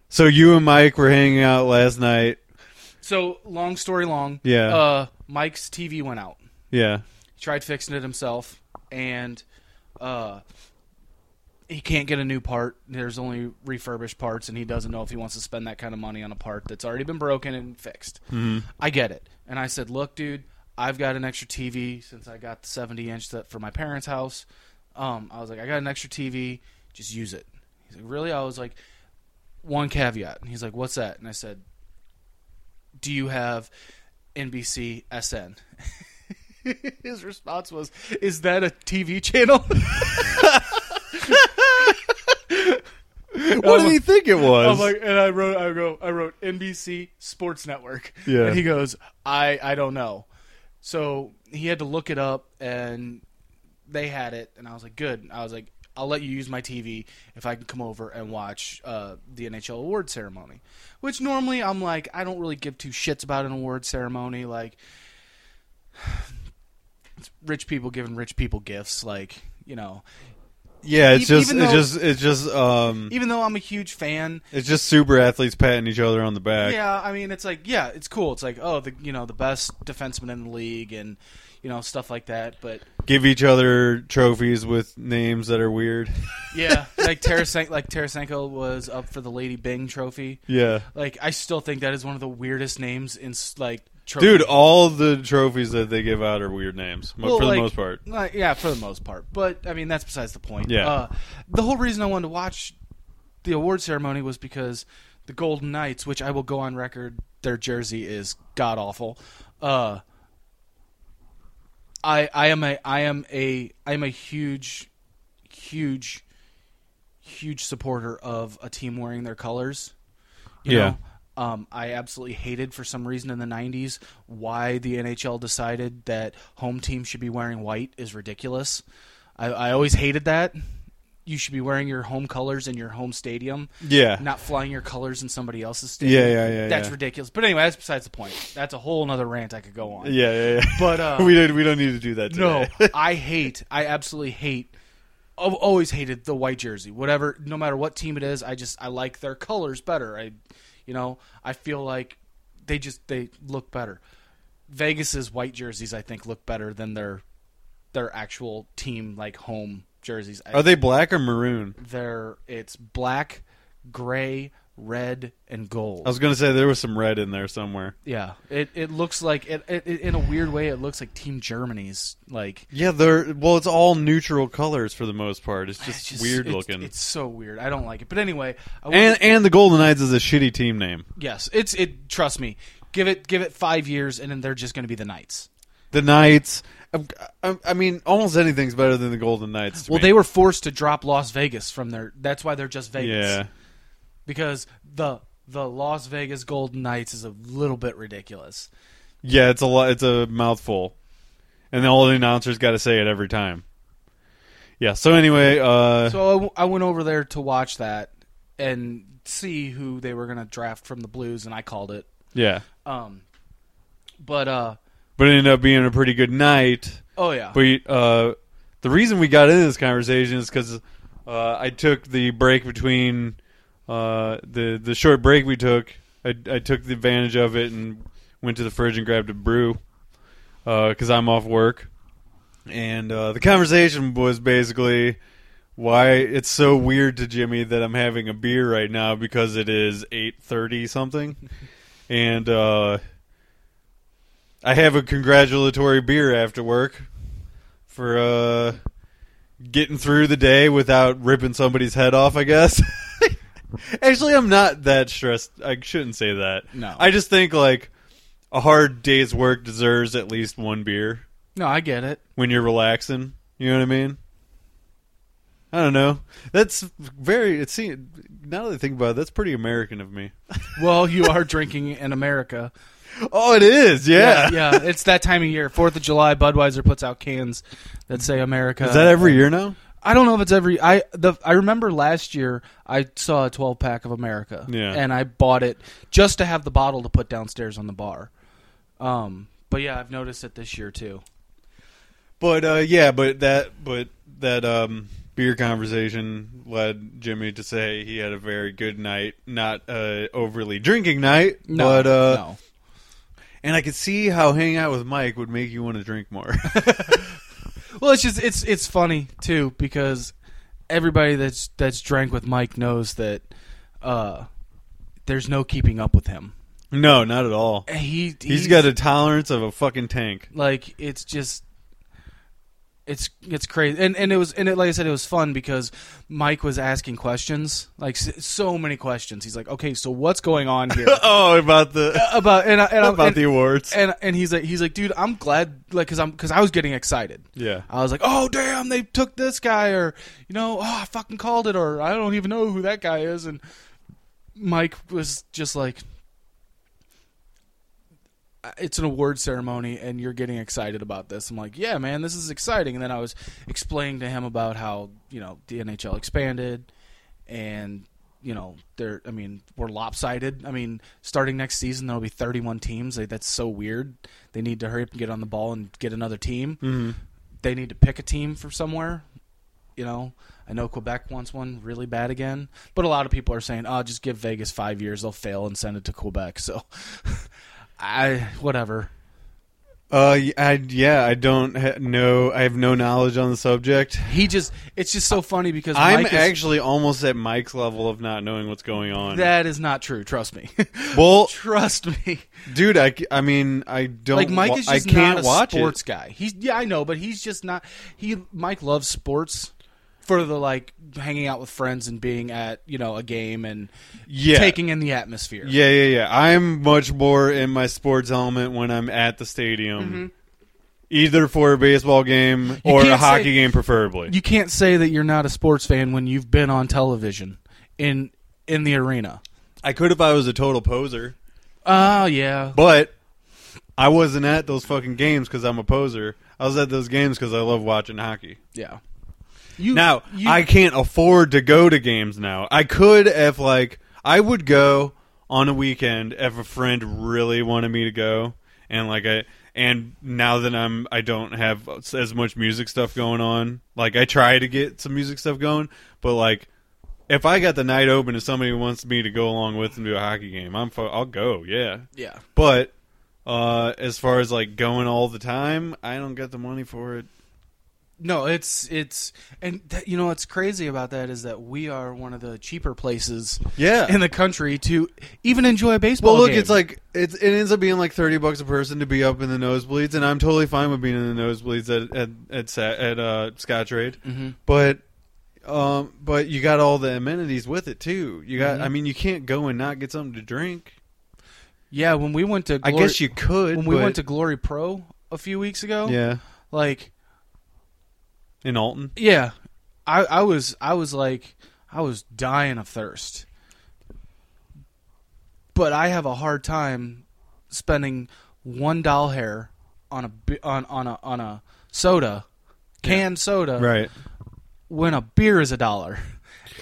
so you and Mike were hanging out last night.
so long story long.
Yeah.
Uh, Mike's TV went out.
Yeah,
tried fixing it himself and uh he can't get a new part there's only refurbished parts and he doesn't know if he wants to spend that kind of money on a part that's already been broken and fixed i get it and i said look dude i've got an extra tv since i got the 70 inch that for my parents house um, i was like i got an extra tv just use it he's like really i was like one caveat and he's like what's that and i said do you have nbc sn his response was, "Is that a TV channel?"
what did he think it was?
I'm like, and I wrote, I go, I wrote NBC Sports Network.
Yeah.
and he goes, "I, I don't know." So he had to look it up, and they had it, and I was like, "Good." I was like, "I'll let you use my TV if I can come over and watch uh, the NHL award ceremony," which normally I'm like, I don't really give two shits about an award ceremony, like. it's Rich people giving rich people gifts, like you know.
yeah, it's
e-
just,
even
it's
though-
just, it's just, um,
Even though I'm a huge fan,
It's just super athletes patting each other on the back.
Yeah, I mean, it's like yeah, it's cool. It's like oh, the you know the best defenseman in the league and you know stuff like that. But
Give each other trophies with names that are weird.
yeah, like Tarasenko, like Tarasenko was up for the Lady Bing Trophy.
Yeah.
Like I still think that is one of the weirdest names in s- like trophy.
Dude, all the trophies that they give out are weird names mo-
Well,
for the
like-
most part.
like, yeah, for the most part. But I mean, that's besides the point.
Yeah.
Uh, the whole reason I wanted to watch the award ceremony was because the Golden Knights, which I will go on record, their jersey is god awful. Uh, I I am a I am a I am a huge, huge, huge supporter of a team wearing their colors. You
Yeah.
Know? Um, I absolutely hated for some reason in the 90s why the NHL decided that home team should be wearing white is ridiculous. I, I always hated that. You should be wearing your home colors in your home stadium,
Yeah.
not flying your colors in somebody else's stadium.
Yeah, yeah, yeah,
That's
yeah.
ridiculous. But anyway, that's besides the point. That's a whole other rant I could go on.
Yeah, yeah, yeah.
But uh,
we don't we don't need to do that
no,
today.
I hate. I absolutely hate. I've always hated the white jersey. Whatever, no matter what team it is, I just I like their colors better. I, you know, I feel like they just they look better. Vegas's white jerseys, I think, look better than their their actual team like home jerseys. I,
Are they black or maroon?
they're it's black, gray, red, and gold.
I was going to say there was some red in there somewhere.
yeah, it it looks like it, it, it in a weird way. It looks like Team Germany's like
Yeah, they're well it's all neutral colors for the most part. Ah, It's just,
It's just-
weird
it-
looking.
It's so weird. I don't like it. But anyway, I
and
and
and the Golden Knights is a shitty team name.
yes, it's it. Trust me. Give it give it five years, and then they're just going to be the Knights.
The Knights I, I, I mean almost anything's better than the Golden Knights. to
Well,
me.
they were forced to drop Las Vegas from their. That's why they're just Vegas.
Yeah.
Because the the Las Vegas Golden Knights is a little bit ridiculous.
Yeah, it's a lot. It's a mouthful. and all the announcers got to say it every time. Yeah. So anyway, uh,
So I, w- I went over there to watch that and see who they were going to draft from the Blues, and I called it.
yeah,
Um, but uh,
but it ended up being a pretty good night.
oh yeah,
But uh, the reason we got into this conversation is because uh, I took the break between uh, the the short break we took. I, I took the advantage of it and went to the fridge and grabbed a brew because I'm off work. And uh, the conversation was basically why it's so weird to Jimmy that I'm having a beer right now because it is 8:30 something, and uh, I have a congratulatory beer after work for uh, getting through the day without ripping somebody's head off. I guess. Actually, I'm not that stressed. I shouldn't say that.
No.
I just think like a hard day's work deserves at least one beer
no, I get it.
when you're relaxing. You know what I mean? I don't know. That's very. It seems now that I think about it, that's pretty American of me.
Well, you are drinking in America.
Oh, it is. Yeah.
yeah, yeah, It's that time of year. Fourth of July, Budweiser puts out cans that say America.
Is that every year now?
I don't know if it's every. I the I remember last year I saw a twelve pack of America.
Yeah.
and I bought it just to have the bottle to put downstairs on the bar. Um, but yeah, I've noticed it this year too.
But uh, yeah, but that but that um, beer conversation led Jimmy to say he had a very good night, not uh, overly drinking night,
No,
but uh,
no.
and I could see how hanging out with Mike would make you want to drink more.
Well, it's just it's it's funny too because everybody that's that's drank with Mike knows that uh, there's no keeping up with him.
no, not at all.
He he's,
he's got a tolerance of a fucking tank.
like it's just it's it's crazy and and it was and it like I said it was fun because Mike was asking questions like s- so many questions he's like okay so what's going on here
oh, about the
about and I, and, I-
about
and,
the awards.
and and he's like he's like dude I'm glad like cuz I'm cuz I was getting excited
yeah.
I was like oh damn they took this guy or you know oh I fucking called it or I don't even know who that guy is and Mike was just like it's an award ceremony and you're getting excited about this. I'm like, yeah, man, this is exciting. And then I was explaining to him about how you know the NHL expanded, and you know they're I mean we're lopsided. I mean starting next season there'll be 31 teams. Like, that's so weird. They need to hurry up and get on the ball and get another team.
Mhm.
They need to pick a team from somewhere. You know, I know Quebec wants one really bad again, but a lot of people are saying, "Oh, just give Vegas five years; they'll fail and send it to Quebec." So, I whatever.
Uh, y- I, yeah, I don't ha- know. I have no knowledge on the subject.
He just it's just so funny because
I'm
Mike is-
actually almost at Mike's level of not knowing what's going on.
that is not true, trust me.
well,
trust me.
dude, I, c- I mean, I don't.
Like Mike
wa-
is just
I can't
not a
watch
sports guy. He's yeah, I know, but he's just not he Mike loves sports for the like hanging out with friends and being at, you know, a game and
it. Yeah,
taking in the atmosphere.
yeah, yeah, yeah. I'm much more in my sports element when I'm at the stadium, either for a baseball game
Mm-hmm. You
or a
can't
hockey
say-
game, preferably.
You can't say that you're not a sports fan when you've been on television in in the arena.
I could if I was a total poser,
Oh yeah.
but I wasn't at those fucking games because I'm a poser. I was at those games because I love watching hockey.
Yeah. You
Now
you-
I can't afford to go to games now. I could if like I would go on a weekend if a friend really wanted me to go, and like I and now that I'm I don't have as much music stuff going on. Like I try to get some music stuff going, but like if I got the night open and somebody wants me to go along with them to a hockey game, I'm fu- I'll go. Yeah,
yeah.
but uh, as far as like going all the time, I don't get the money for it.
No, it's it's and th- you know what's crazy about that is that we are one of the cheaper places
Yeah,
in the country to even enjoy a baseball.
Well, look,
game.
it's like it's, it ends up being like thirty bucks a person to be up in the nosebleeds, and I'm totally fine with being in the nosebleeds at at at, Sa- at uh, Scottrade.
Mm-hmm.
But um, but you got all the amenities with it too. You
Mm-hmm.
got, I mean, you can't go and not get something to drink.
yeah, when we went to
I
Glory-
guess you could.
when we
but-
went to Glory Pro a few weeks ago.
yeah,
like
in Alton.
yeah, I I was I was like I was dying of thirst, but I have a hard time spending one doll hair on a bi- on on a on a soda, canned soda,
Right.
when a beer is a dollar.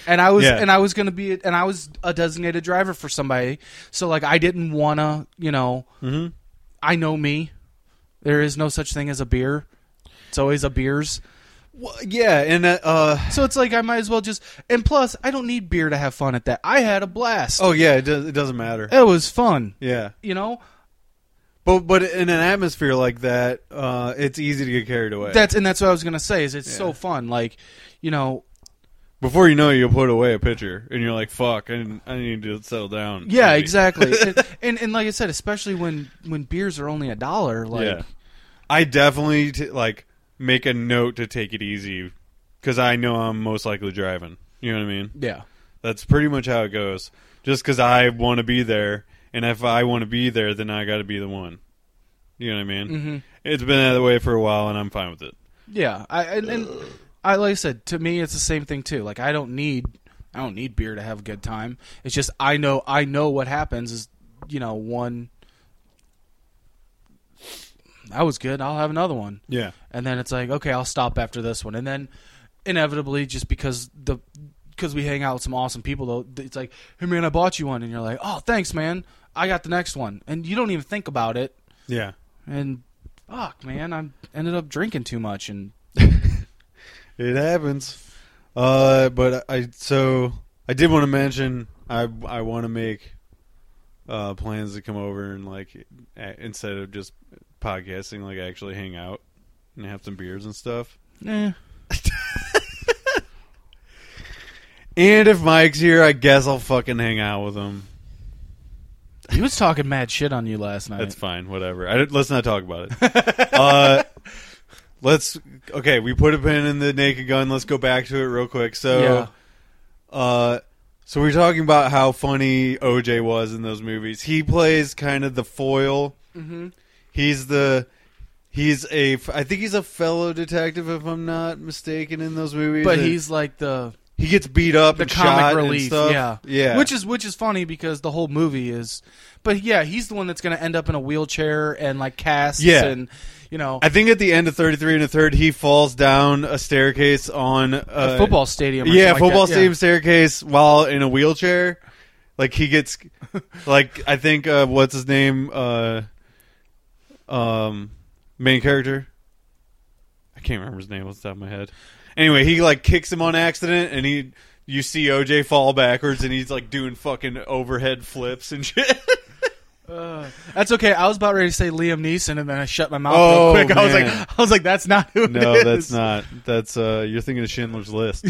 And I was
Yeah.
and I was gonna be and I was a designated driver for somebody, so like I didn't wanna you know
hmm
I know me, there is no such thing as a beer. It's always a beers.
Well, yeah, and uh, uh,
So it's like I might as well just and plus I don't need beer to have fun at that. I had a blast.
oh yeah, it, does, it doesn't matter.
It was fun.
Yeah,
You know?
but but in an atmosphere like that, uh, it's easy to get carried away.
That's and that's what I was gonna say is it's
Yeah.
so fun. Like, you know
Before you know, it, you put away a pitcher, and you're like, "Fuck, I, didn't, I need to settle down."
Yeah,
Maybe.
exactly. and, and and like I said, especially when when beers are only a dollar, like
yeah, I definitely t- like make a note to take it easy because I know I'm most likely driving. You know what I mean?
yeah.
That's pretty much how it goes. Just because I want to be there, and if I want to be there, then I got to be the one. You know what I mean?
Mhm.
It's been that way for a while, and I'm fine with it.
Yeah, I and, and I like I said to me, it's the same thing too. Like I don't need I don't need beer to have a good time. It's just I know I know what happens is you know one that was good. I'll have another one,
Yeah,
and then it's like okay, I'll stop after this one, and then inevitably just because the because we hang out with some awesome people though it's like hey man i bought you one and you're like oh thanks man i got the next one and you don't even think about it
yeah.
and fuck man i ended up drinking too much and
It happens. Uh, but I so I did want to mention I I want to make uh, plans to come over and like a- instead of just podcasting, like actually hang out and have some beers and stuff.
eh.
And if Mike's here, I guess I'll fucking hang out with him.
He was talking mad shit on you last night.
That's fine. Whatever. I, don't- let's not talk about it. uh, let's okay. We put a pin in the Naked Gun. Let's go back to it real quick. So.
yeah.
Uh, so we are talking about how funny OJ was in those movies. He plays kind of the foil.
Mm-hmm.
He's the he's a I think he's a fellow detective if I'm not mistaken in those movies.
But
And
he's like the
he gets beat up
the
and
comic
shot
relief,
and stuff.
yeah,
yeah.
Which is which is funny because the whole movie is, but yeah, he's the one that's going to end up in a wheelchair and like casts
Yeah.
and you know
I think at the end of 33 and a third, he falls down a staircase on
a
uh,
football stadium. Or
Yeah,
something like
football
that.
stadium staircase while in a wheelchair. Like he gets, like I think uh, what's his name, uh, um, main character. I can't remember his name off the top of my head. Anyway, he like kicks him on accident, and he you see OJ fall backwards, and he's like doing fucking overhead flips and shit.
Yeah. Uh, that's okay. I was about ready to say Liam Neeson, and then I shut my mouth
Oh,
real quick. I was
man.
like, I was like, that's not who.
No,
it
that's
is.
not. That's uh, you're thinking of Schindler's List,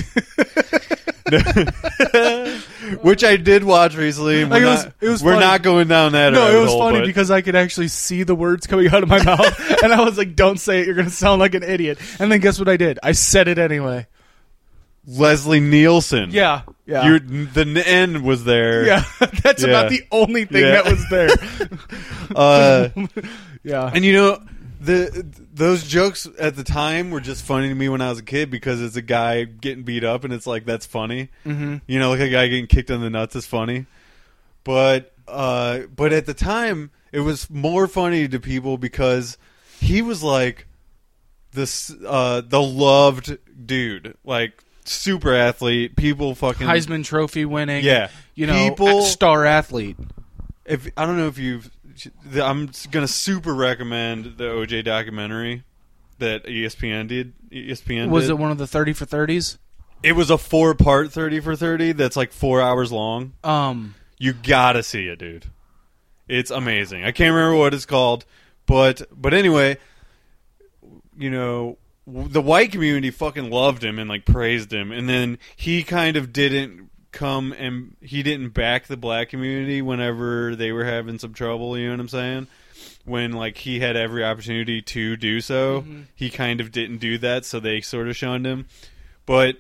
which I did watch recently. and
Like,
we're
it was-
not,
it was
we're
funny.
not going down that.
No,
rabbit
it was
hole,
funny
but-
because I could actually see the words coming out of my mouth, and I was like, "Don't say it; you're going to sound like an idiot." And then guess what I did? I said it anyway.
Leslie Nielsen.
Yeah, yeah,
You're, the n- N was there.
yeah. That's
Yeah.
about the only thing
Yeah.
that was there.
Uh,
yeah,
and you know, the those jokes at the time were just funny to me when I was a kid because it's a guy getting beat up and it's like that's funny.
mm-hmm.
You know, like a guy getting kicked in the nuts is funny. But uh, but at the time, it was more funny to people because he was like this uh, the loved dude, like super athlete. People fucking
Heisman Trophy winning.
Yeah.
you know,
People-
a- star athlete.
if I don't know if you've, I'm gonna super recommend the OJ documentary that E ESPN did. E ESPN
Was
did.
it one of the thirty for thirties?
It was a four part thirty for thirty. That's like four hours long.
Um,
You gotta see it, dude. It's amazing. I can't remember what it's called, but but anyway, you know, w- the white community fucking loved him and like praised him, and then he kind of didn't come and he didn't back the black community whenever they were having some trouble. You know what I'm saying? When like he had every opportunity to do so, he kind of didn't do that, so they sort of shunned him. But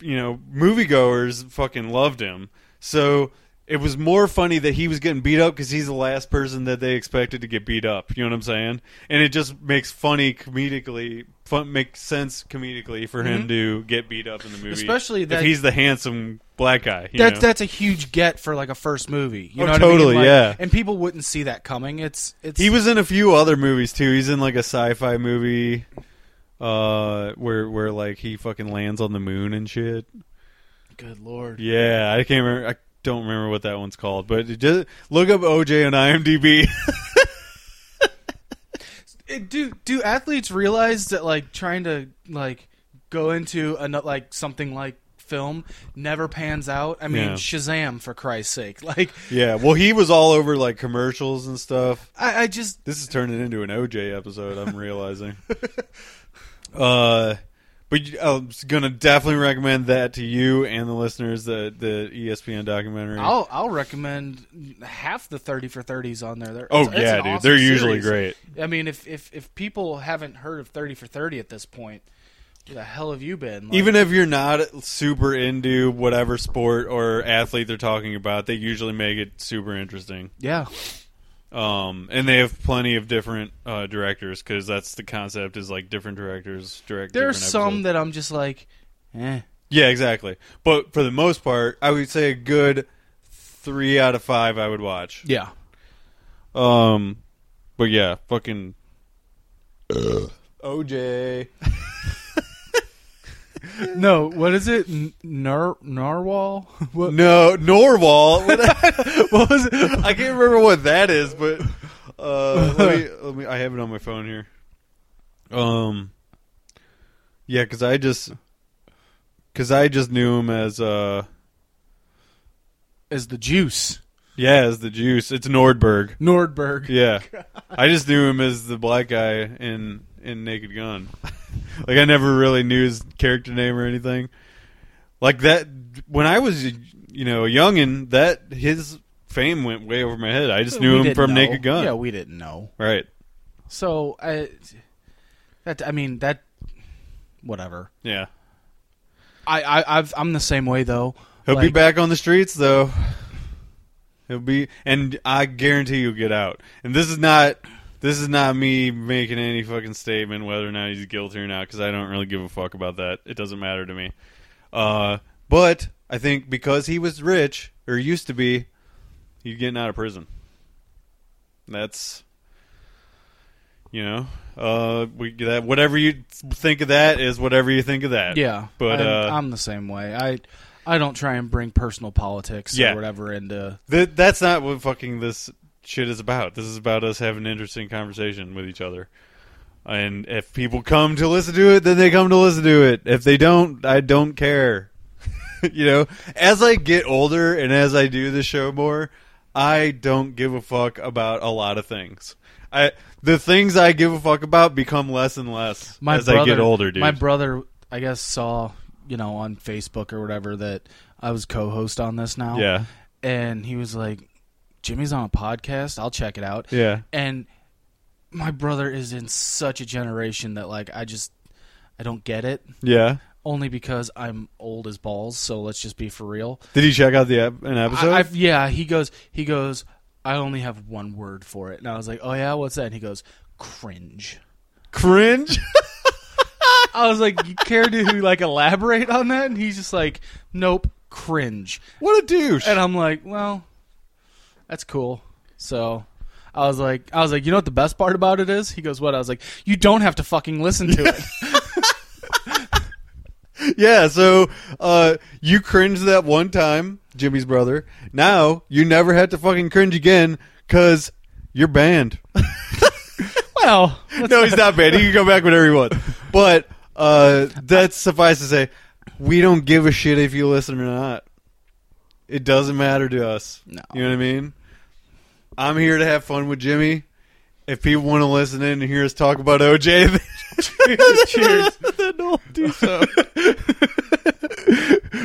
you know, moviegoers fucking loved him. So it was more funny that he was getting beat up because he's the last person that they expected to get beat up. You know what I'm saying? And it just makes funny comedically, fun, makes sense comedically for him to get beat up in the movie,
Mm-hmm. Especially
if
that-
he's the handsome black guy. You
That's
know?
that's a huge get for like a first movie. You
Oh,
know what I mean?
totally,
Like,
yeah.
And people wouldn't see that coming. It's it's
He was in a few other movies too. He's in like a sci-fi movie, uh, where where like he fucking lands on the moon and shit.
good lord.
Yeah, I can't remember. I don't remember what that one's called, but it just look up OJ on IMDb.
It- do do athletes realize that like trying to like go into a like something like film never pans out? I mean,
Yeah.
Shazam for Christ's sake! Like
yeah, well, he was all over like commercials and stuff.
I, I just
This is turning into an OJ episode. I'm realizing. uh, but you- I'm gonna definitely recommend that to you and the listeners. E The the ESPN documentary.
I'll I'll recommend half the thirty for thirties on there. They're,
oh
it's- it's
yeah,
an
dude,
awesome
they're usually
series.
great.
I mean, if if if people haven't heard of thirty for thirty at this point, where the hell have you been? Like,
Even if you're not super into whatever sport or athlete they're talking about, they usually make it super interesting.
yeah,
Um, and they have plenty of different uh, directors because that's the concept is like different directors direct.
there are
different
some
episodes.
that I'm just like, eh.
yeah, exactly. But for the most part, I would say a good three out of five I would watch.
Yeah.
Um, but yeah, fucking OJ.
No, what is it? N- nar- narwhal? What,
No, Norwal.
what was it?
I can't remember what that is, but uh, let me, let me. I have it on my phone here. Um, yeah, because I just because I just knew him as uh,
Is the juice
yeah, as the juice. It's Nordberg.
Nordberg?
Yeah, I just knew him as the black guy in in Naked Gun. like I never really knew his character name or anything. Like that when I was you know a youngin, that his fame went way over my head. I just knew
We
him
didn't
from
know.
Naked Gun.
Yeah, we didn't know.
right.
So I, that I mean that, whatever.
Yeah.
I, I I've, I'm the same way though.
He'll be
Like-
back on the streets though. He'll be, and I guarantee you'll get out. And this is not, this is not me making any fucking statement whether or not he's guilty or not because I don't really give a fuck about that. It doesn't matter to me. Uh, but I think because he was rich or used to be, he's getting out of prison. That's, you know, uh, we that whatever you think of that is whatever you think of that.
Yeah,
but
I'm,
uh,
I'm the same way. I I don't try and bring personal politics
Yeah.
or whatever into.
Th- that's not what fucking this shit is about. This is about us having an interesting conversation with each other. And if people come to listen to it, then they come to listen to it. If they don't, I don't care. you know, as I get older and as I do the show more, I don't give a fuck about a lot of things. I the things I give a fuck about become less and less
My
as
brother,
I get older, dude.
My brother, I guess, saw you know on Facebook or whatever that I was co-host on this now.
yeah,
and he was like, "Jimmy's on a podcast. I'll check it out."
yeah.
and my brother is in such a generation that like I just I don't get it.
Yeah.
Only because I'm old as balls, so let's just be for real.
Did he check out the ep- an episode?
I, I've, yeah, he goes. He goes. I only have one word for it, and I was like, "Oh yeah, what's that?" And he goes, "Cringe."
Cringe.
I was like, "You care to like elaborate on that?" And he's just like, "Nope, cringe."
what a douche.
And I'm like, "Well, that's cool." So I was like, "I was like, you know what the best part about it is?" He goes, "What?" I was like, "You don't have to fucking listen to it."
Yeah, so uh, you cringed that one time, Jimmy's brother. Now you never had to fucking cringe again because you're banned.
well, let's-
no, he's not banned. He can go back whenever he wants. But uh, that's suffice to say, we don't give a shit if you listen or not. It doesn't matter to us.
No.
You know what I mean? I'm here to have fun with Jimmy. If people want to listen in and hear us talk about OJ,
cheers.
then we'll do so.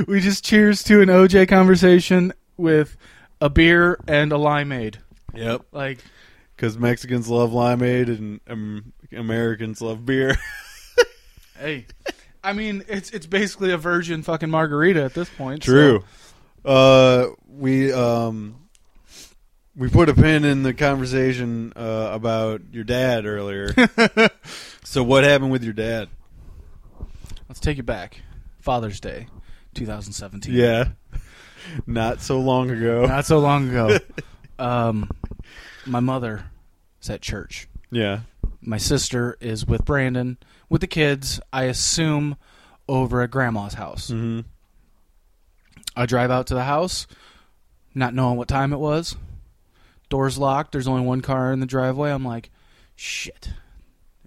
we just cheers to an OJ conversation with a beer and a limeade.
Yep.
Like,
because Mexicans love limeade and um, Americans love beer.
hey, I mean, it's it's basically a virgin fucking margarita at this point. so-
True. uh, we um, we put a pin in the conversation uh, about your dad earlier. so what happened with your dad?
Let's take it back. Father's Day, 2017.
Yeah, not so long ago.
Not so long ago. um, my mother is at church.
yeah,
My sister is with Brandon, with the kids, I assume, over at grandma's house.
hmm
I drive out to the house, not knowing what time it was. Doors locked. There's only one car in the driveway. I'm like, shit,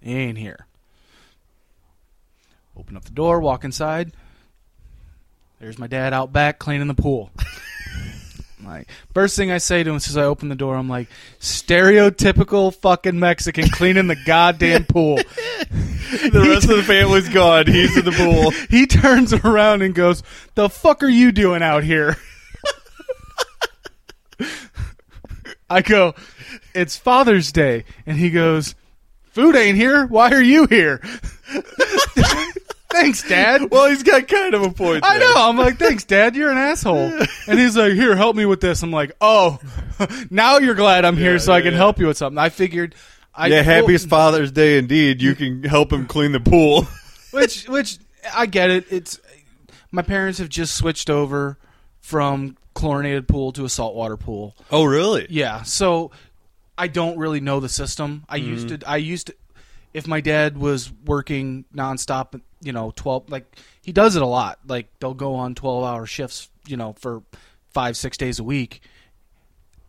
he ain't here. Open up the door, walk inside. There's my dad out back cleaning the pool. I'm like first thing I say to him as I open the door, I'm like, stereotypical fucking Mexican cleaning the goddamn pool.
the rest of the family's gone. He's in the pool.
he turns around and goes, "The fuck are you doing out here?" I go, "It's Father's Day," and he goes, "Food ain't here. Why are you here?" Thanks, Dad.
Well, he's got kind of a point.
I
there.
know. I'm like, thanks, Dad. You're an asshole. And he's like, here, help me with this. I'm like, oh, now you're glad I'm here
Yeah,
so I
yeah,
can
yeah.
help you with something. I figured, I
yeah, happiest
well,
Father's Day indeed. You can help him clean the pool.
which which I get it. It's my parents have just switched over from chlorinated pool to a saltwater pool.
Oh, really?
Yeah, so I don't really know the system. I used to. I used to. If my dad was working nonstop, you know, twelve like he does it a lot. Like they'll go on twelve hour shifts, you know, for five six days a week.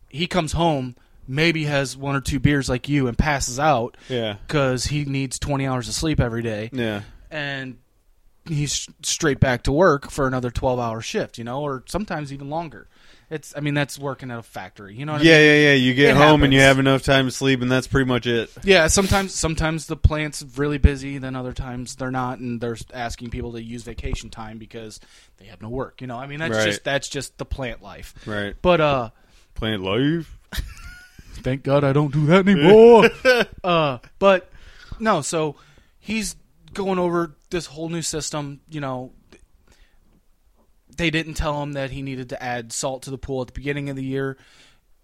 He comes home, maybe has one or two beers like you, and passes out
Yeah.
because he needs twenty hours of sleep every day
Yeah.
and he's straight back to work for another 12 hour shift you know or sometimes even longer it's i mean that's working at a factory you know what I
Yeah,
mean?
yeah, yeah. You get
It
home and you
happens.
have enough time to sleep, and that's pretty much it.
yeah sometimes sometimes the plant's really busy then other times they're not and they're asking people to use vacation time because they have no work you know i mean that's
Right.
just that's just the plant life
Right.
but uh
Playing live.
thank god i don't do that anymore uh but no so he's going over this whole new system you know they didn't tell him that he needed to add salt to the pool at the beginning of the year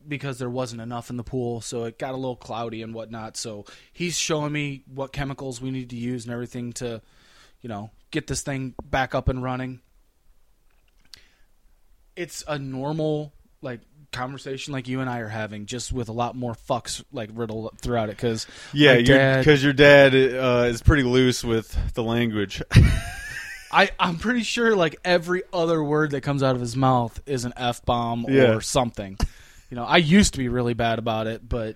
because there wasn't enough in the pool so it got a little cloudy and whatnot so he's showing me what chemicals we need to use and everything to you know get this thing back up and running it's a normal like conversation like you and I are having, just with a lot more fucks like riddled throughout it. Because
Yeah,
dad,
because your dad uh, is pretty loose with the language.
I I'm pretty sure like every other word that comes out of his mouth is an f bomb
Yeah.
or something. You know, I used to be really bad about it, but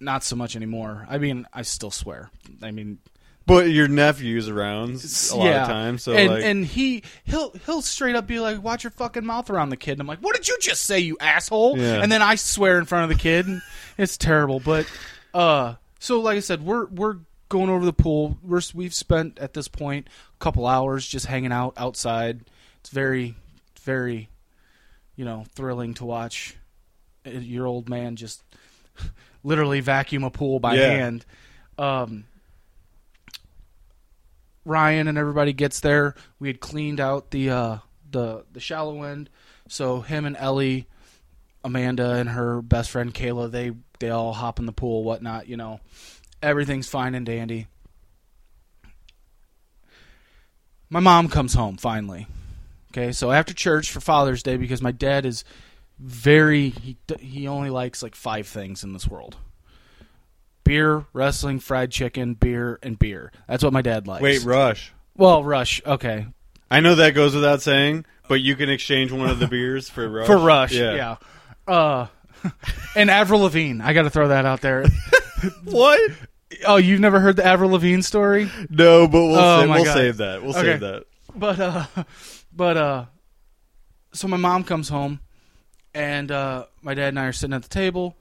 not so much anymore. I mean, I still swear. I mean,
but your nephew's around s- a lot
yeah.
of times, so
and
like,
and he he'll he'll straight up be like, "Watch your fucking mouth around the kid." And I'm like, "What did you just say, you asshole?"
Yeah.
And then I swear in front of the kid, and it's terrible. But uh, so like I said, we're we're going over the pool. We're we've spent at this point a couple hours just hanging out outside. It's very very, you know, thrilling to watch uh, your old man just literally vacuum a pool by
Yeah.
hand. Um, Ryan and everybody gets there. We had cleaned out the uh, the the shallow end, so him and Ellie, Amanda and her best friend Kayla, they they all hop in the pool, whatnot. You know, everything's fine and dandy. My mom comes home finally. Okay, so after church for Father's Day, because my dad is very he he only likes like five things in this world: beer, wrestling, fried chicken, beer, and beer. That's what my dad likes.
wait, Rush.
well, Rush. Okay,
I know that goes without saying, but you can exchange one of the beers for Rush.
for Rush. Yeah. Uh, and Avril Lavigne. I got to throw that out there.
What?
oh, you've never heard the Avril Lavigne story?
No, but we'll
Oh,
sa-
my
we'll
God.
save that. We'll
Okay.
save that.
but uh but uh so my mom comes home and uh my dad and I are sitting at the table.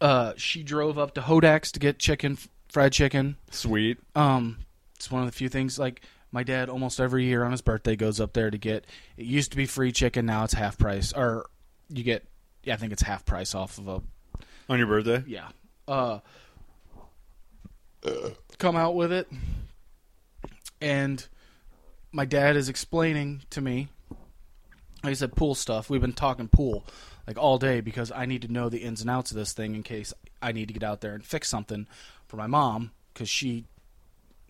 Uh she drove up to Hodak's to get chicken fried chicken.
Sweet.
Um it's one of the few things like my dad almost every year on his birthday goes up there to get it used to be free chicken, now it's half price or you get yeah, I think it's half price off of a
On your birthday?
yeah. Uh, come out with it. And my dad is explaining to me. like I said, pool stuff. We've been talking pool like all day because I need to know the ins and outs of this thing in case I need to get out there and fix something for my mom because she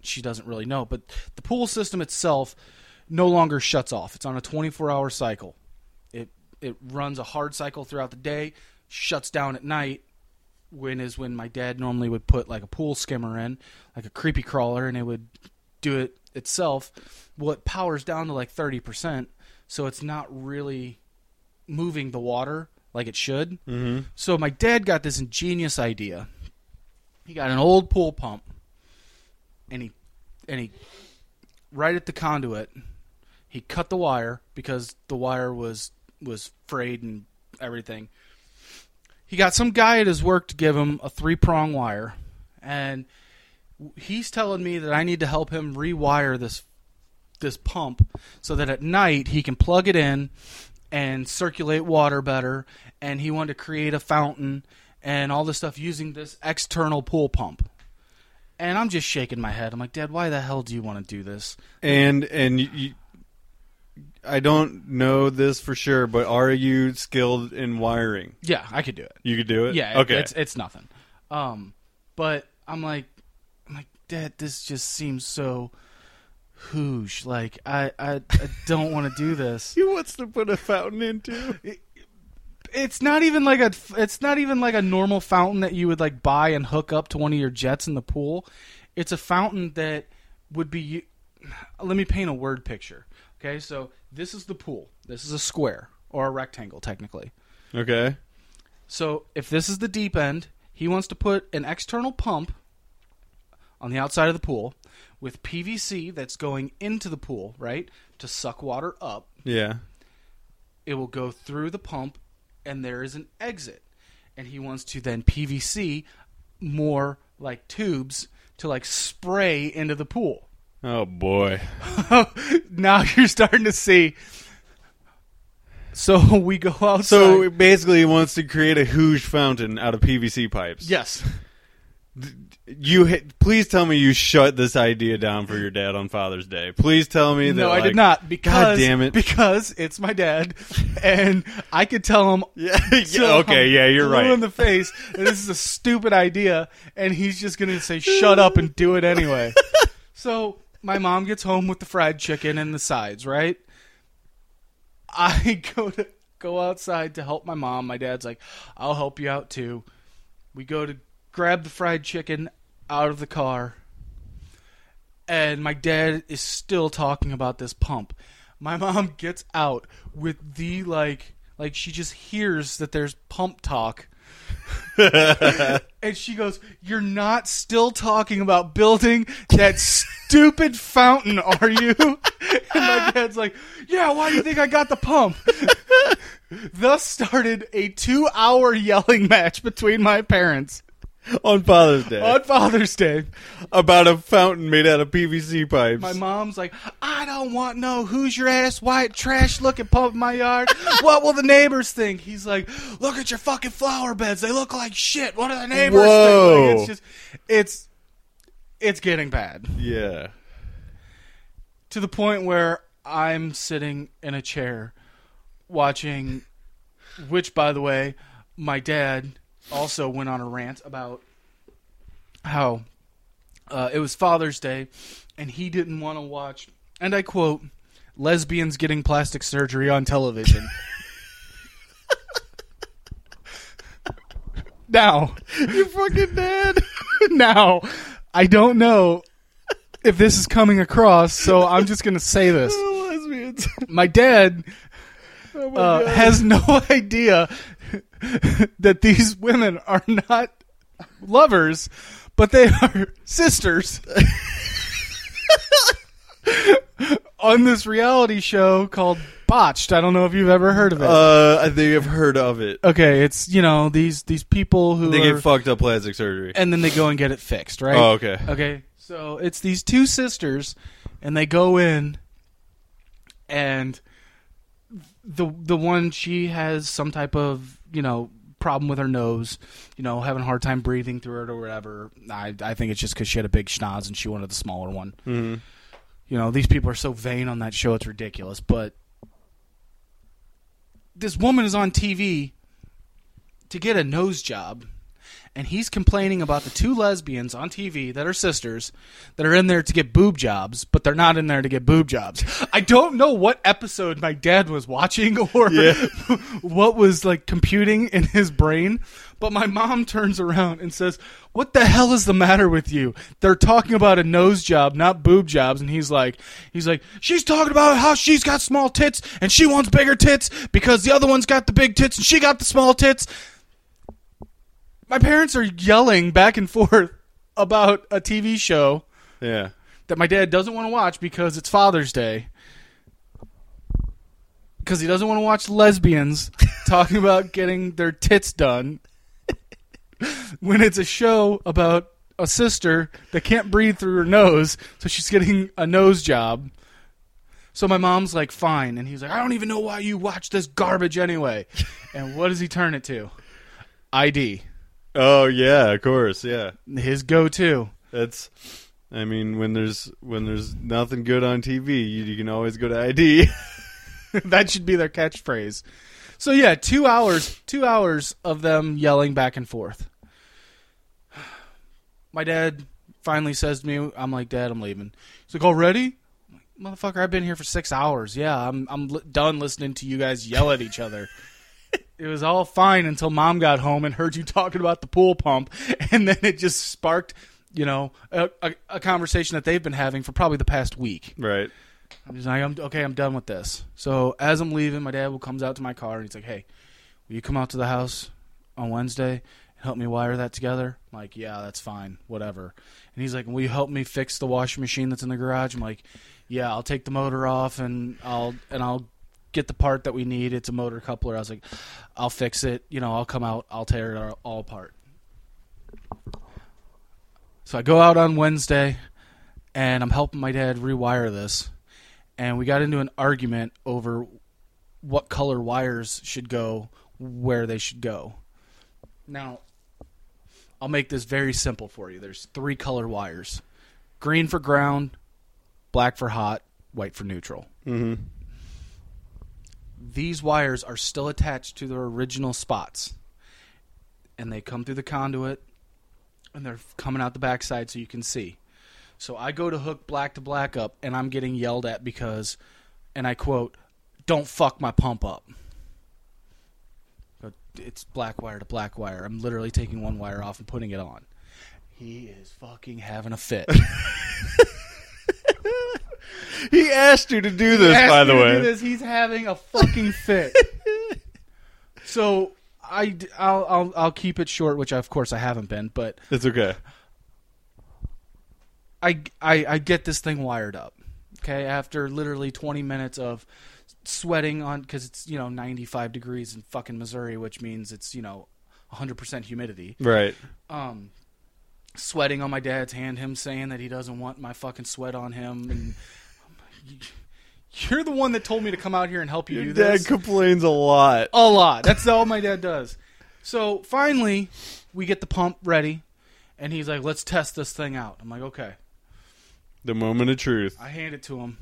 she doesn't really know. But the pool system itself no longer shuts off. It's on a 24-hour cycle. It it runs a hard cycle throughout the day, shuts down at night. When is when my dad normally would put like a pool skimmer in, like a creepy crawler, and it would do it itself. Well, it powers down to like 30%, so it's not really moving the water like it should.
Mm-hmm.
So my dad got this ingenious idea. He got an old pool pump, and he and he right at the conduit, he cut the wire because the wire was was frayed and everything. He got some guy at his work to give him a three prong wire, and he's telling me that I need to help him rewire this this pump so that at night he can plug it in and circulate water better and he wanted to create a fountain and all this stuff using this external pool pump. And I'm just shaking my head. I'm like, "Dad, why the hell do you want to do this?"
And and you, you, I don't know this for sure, but are you skilled in wiring?
Yeah, I could do it.
You could do it.
Yeah, it-
Okay.
It's it's nothing. Um, but I'm like, I'm like, Dad, this just seems so hoosh. Like I I, I don't want to do this.
he wants to put a fountain into.
it's not even like a it's not even like a normal fountain that you would like buy and hook up to one of your jets in the pool. It's a fountain that would be u- let me paint a word picture. Okay, so this is the pool. This is a square or a rectangle technically.
Okay.
So if this is the deep end, he wants to put an external pump on the outside of the pool with PVC that's going into the pool, right? To suck water up
Yeah.
it will go through the pump and there is an exit and he wants to then pvc more like tubes to like spray into the pool
Oh boy.
now you're starting to see so we go outside
So basically, he wants to create a huge fountain out of PVC pipes.
yes
You ha- please tell me you shut this idea down for your dad on Father's Day. Please tell me that.
no i
like-
did not because
damn it.
because it's my dad and i could tell him
Yeah. yeah,
So
okay.
I'm
Yeah, you're
blue in
right.
the face. and this is a stupid idea, and he's just gonna say, "Shut up and do it anyway." so my mom gets home with the fried chicken and the sides. Right? I go to go outside to help my mom. My dad's like, "I'll help you out too." We go to grab the fried chicken out of the car, and my dad is still talking about this pump. My mom gets out with the like, like she just hears that there's pump talk. and she goes, You're not still talking about building that stupid fountain, are you? and my dad's like, Yeah, why do you think I got the pump? Thus started a two hour yelling match between my parents
on Father's Day
on Father's Day.
about a fountain made out of PVC pipes.
My mom's like, I don't want no who's your ass white trash looking pump in my yard. What will the neighbors think? He's like, look at your fucking flower beds. They look like shit. What are the neighbors
Whoa.
think? Like, it's just, it's, it's getting bad
yeah.
to the point where I'm sitting in a chair watching, which, by the way, my dad also went on a rant about how uh, it was Father's Day and he didn't want to watch, and I quote, lesbians getting plastic surgery on television. now,
You fucking dad.
now, I don't know if this is coming across, so I'm just going to say this
Lesbians.
my dad
Oh my
uh,
God.
has no idea that these women are not lovers, but they are sisters. on this reality show called Botched. I don't know if you've ever heard of it.
Uh, I think I've heard of it.
okay, it's you know these these people who
They
are,
get fucked up plastic surgery.
and then they go and get it fixed, right? Uh,
Oh, okay.
Okay, so it's these two sisters, and they go in, and the the one she has some type of you know problem with her nose, you know, having a hard time breathing through it or whatever. I I think it's just because she had a big schnoz and she wanted the smaller one.
Mhm.
You know, these people are so vain on that show; it's ridiculous. But this woman is on TV to get a nose job, and he's complaining about the two lesbians on TV that are sisters that are in there to get boob jobs, but they're not in there to get boob jobs. I don't know what episode my dad was watching or
Yeah.
what was like computing in his brain, but my mom turns around and says, "What the hell is the matter with you? They're talking about a nose job, not boob jobs." And he's like, he's like, "She's talking about how she's got small tits and she wants bigger tits because the other one's got the big tits and she got the small tits." My parents are yelling back and forth about a TV show
Yeah.
that my dad doesn't want to watch because it's Father's Day. Because he doesn't want to watch lesbians talking about getting their tits done when it's a show about a sister that can't breathe through her nose, so she's getting a nose job. So my mom's like, fine. And he's like, I don't even know why you watch this garbage anyway. And what does he turn it to? ID.
Oh yeah, of course, yeah.
His go to.
That's I mean when there's when there's nothing good on TV, you, you can always go to ID.
that should be their catchphrase. So yeah, two hours, two hours of them yelling back and forth. My dad finally says to me, "I'm like, Dad, I'm leaving." He's like, "Already?" I'm like, Motherfucker, I've been here for six hours. Yeah, I'm I'm li- done listening to you guys yell at each other. it was all fine until Mom got home and heard you talking about the pool pump, and then it just sparked, you know, a, a, a conversation that they've been having for probably the past week.
right.
I'm just like, I'm, okay, I'm done with this. So as I'm leaving, my dad comes out to my car and he's like, hey, will you come out to the house on Wednesday and help me wire that together? I'm like, yeah, that's fine, whatever. And he's like, will you help me fix the washing machine that's in the garage? I'm like, yeah, I'll take the motor off and I'll and I'll get the part that we need. It's a motor coupler. I was like, I'll fix it. You know, I'll come out. I'll tear it all- all apart. So I go out on Wednesday, and I'm helping my dad rewire this and we got into an argument over what color wires should go where they should go. Now, I'll make this very simple for you. There's three color wires green for ground, black for hot, white for neutral.
Mhm.
These wires are still attached to their original spots, and they come through the conduit, and they're coming out the backside so you can see. So I go to hook black to black up, and I'm getting yelled at because, and I quote, "Don't fuck my pump up." But It's black wire to black wire. I'm literally taking one wire off and putting it on. He is fucking having a fit.
He asked you to do this
Ask
by
me
the
to
way.
do this, he's having a fucking fit. so I, will I'll, I'll keep it short, which of course I haven't been, but
It's okay.
I, I, I get this thing wired up. Okay, after literally 20 minutes of sweating on because it's you know 95 degrees in fucking Missouri, which means it's you know 100% humidity.
Right.
Um, sweating on my dad's hand, him saying that he doesn't want my fucking sweat on him, and I'm like, you're the one that told me to come out here and help you
Your
do
dad
this
complains a lot.
a lot. That's all my dad does. So finally, we get the pump ready, and he's like, "Let's test this thing out." I'm like, "Okay."
The moment of truth.
I hand it to him,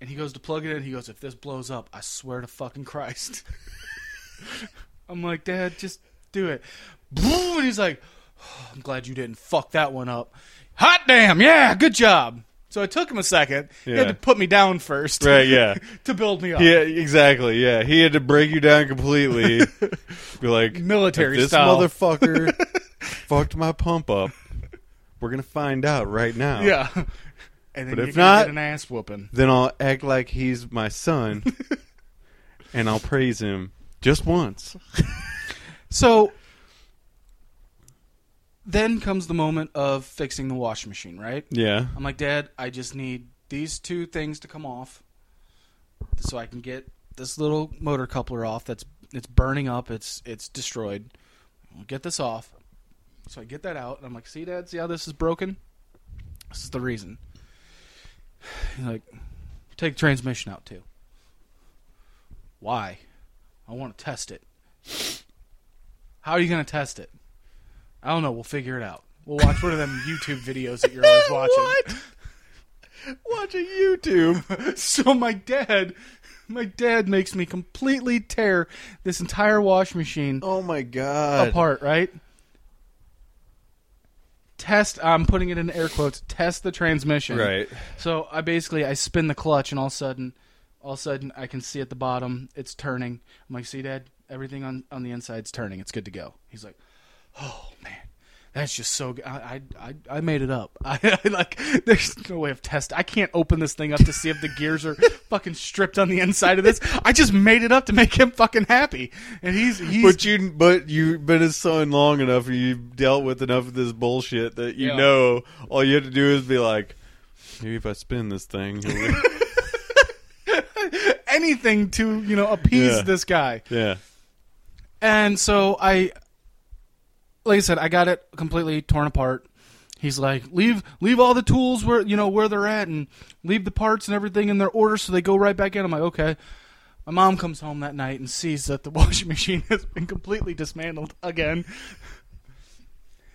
and he goes to plug it in. He goes, "If this blows up, I swear to fucking Christ." I'm like, "Dad, just do it." Boom, and he's like, "Oh, "I'm glad you didn't fuck that one up." Hot damn! Yeah, good job. So it took him a second. He had
Yeah.
to put me down first,
Right, yeah.
to build me up.
Yeah, exactly. Yeah, he had to break you down completely. Be like
Military
"If this
style."
motherfucker fucked my pump up. We're gonna find out right now.
Yeah. And then
But
you're
if
gonna
not-
get an ass whooping.
Then I'll act like he's my son, and I'll praise him just once.
So then comes the moment of fixing the washing machine, right?
Yeah.
I'm like, Dad, I just need these two things to come off so I can get this little motor coupler off that's it's burning up, it's it's destroyed. I'll get this off. So I get that out and I'm like, see dad, see how this is broken? This is the reason. He's like, take the transmission out too. Why? I want to test it. How are you gonna test it? I don't know, we'll figure it out. We'll watch one of them YouTube videos that you're always watching.
What? Watching YouTube.
so my dad My dad makes me completely tear this entire wash machine
Oh my god.
apart, right? Test. I'm putting it in air quotes. Test the transmission.
Right.
So I basically I spin the clutch, and all of a sudden, all of a sudden I can see at the bottom it's turning. I'm like, see, Dad, everything on on the inside's turning. It's good to go. He's like, oh man. That's just so. Good. I, I I I made it up. I, I like. There's no way of test. I can't open this thing up to see if the gears are fucking stripped on the inside of this. I just made it up to make him fucking happy, and he's he's
But you, but you've been his son long enough, and you've dealt with enough of this bullshit that you
Yeah.
know all you have to do is be like, maybe if I spin this thing, he'll be-"
anything to you know appease
Yeah.
this guy.
yeah,
And so I, like I said, I got it completely torn apart. He's like, leave leave all the tools where you know where they're at, and leave the parts and everything in their order, so they go right back in. I'm like, okay. My mom comes home that night and sees that the washing machine has been completely dismantled again.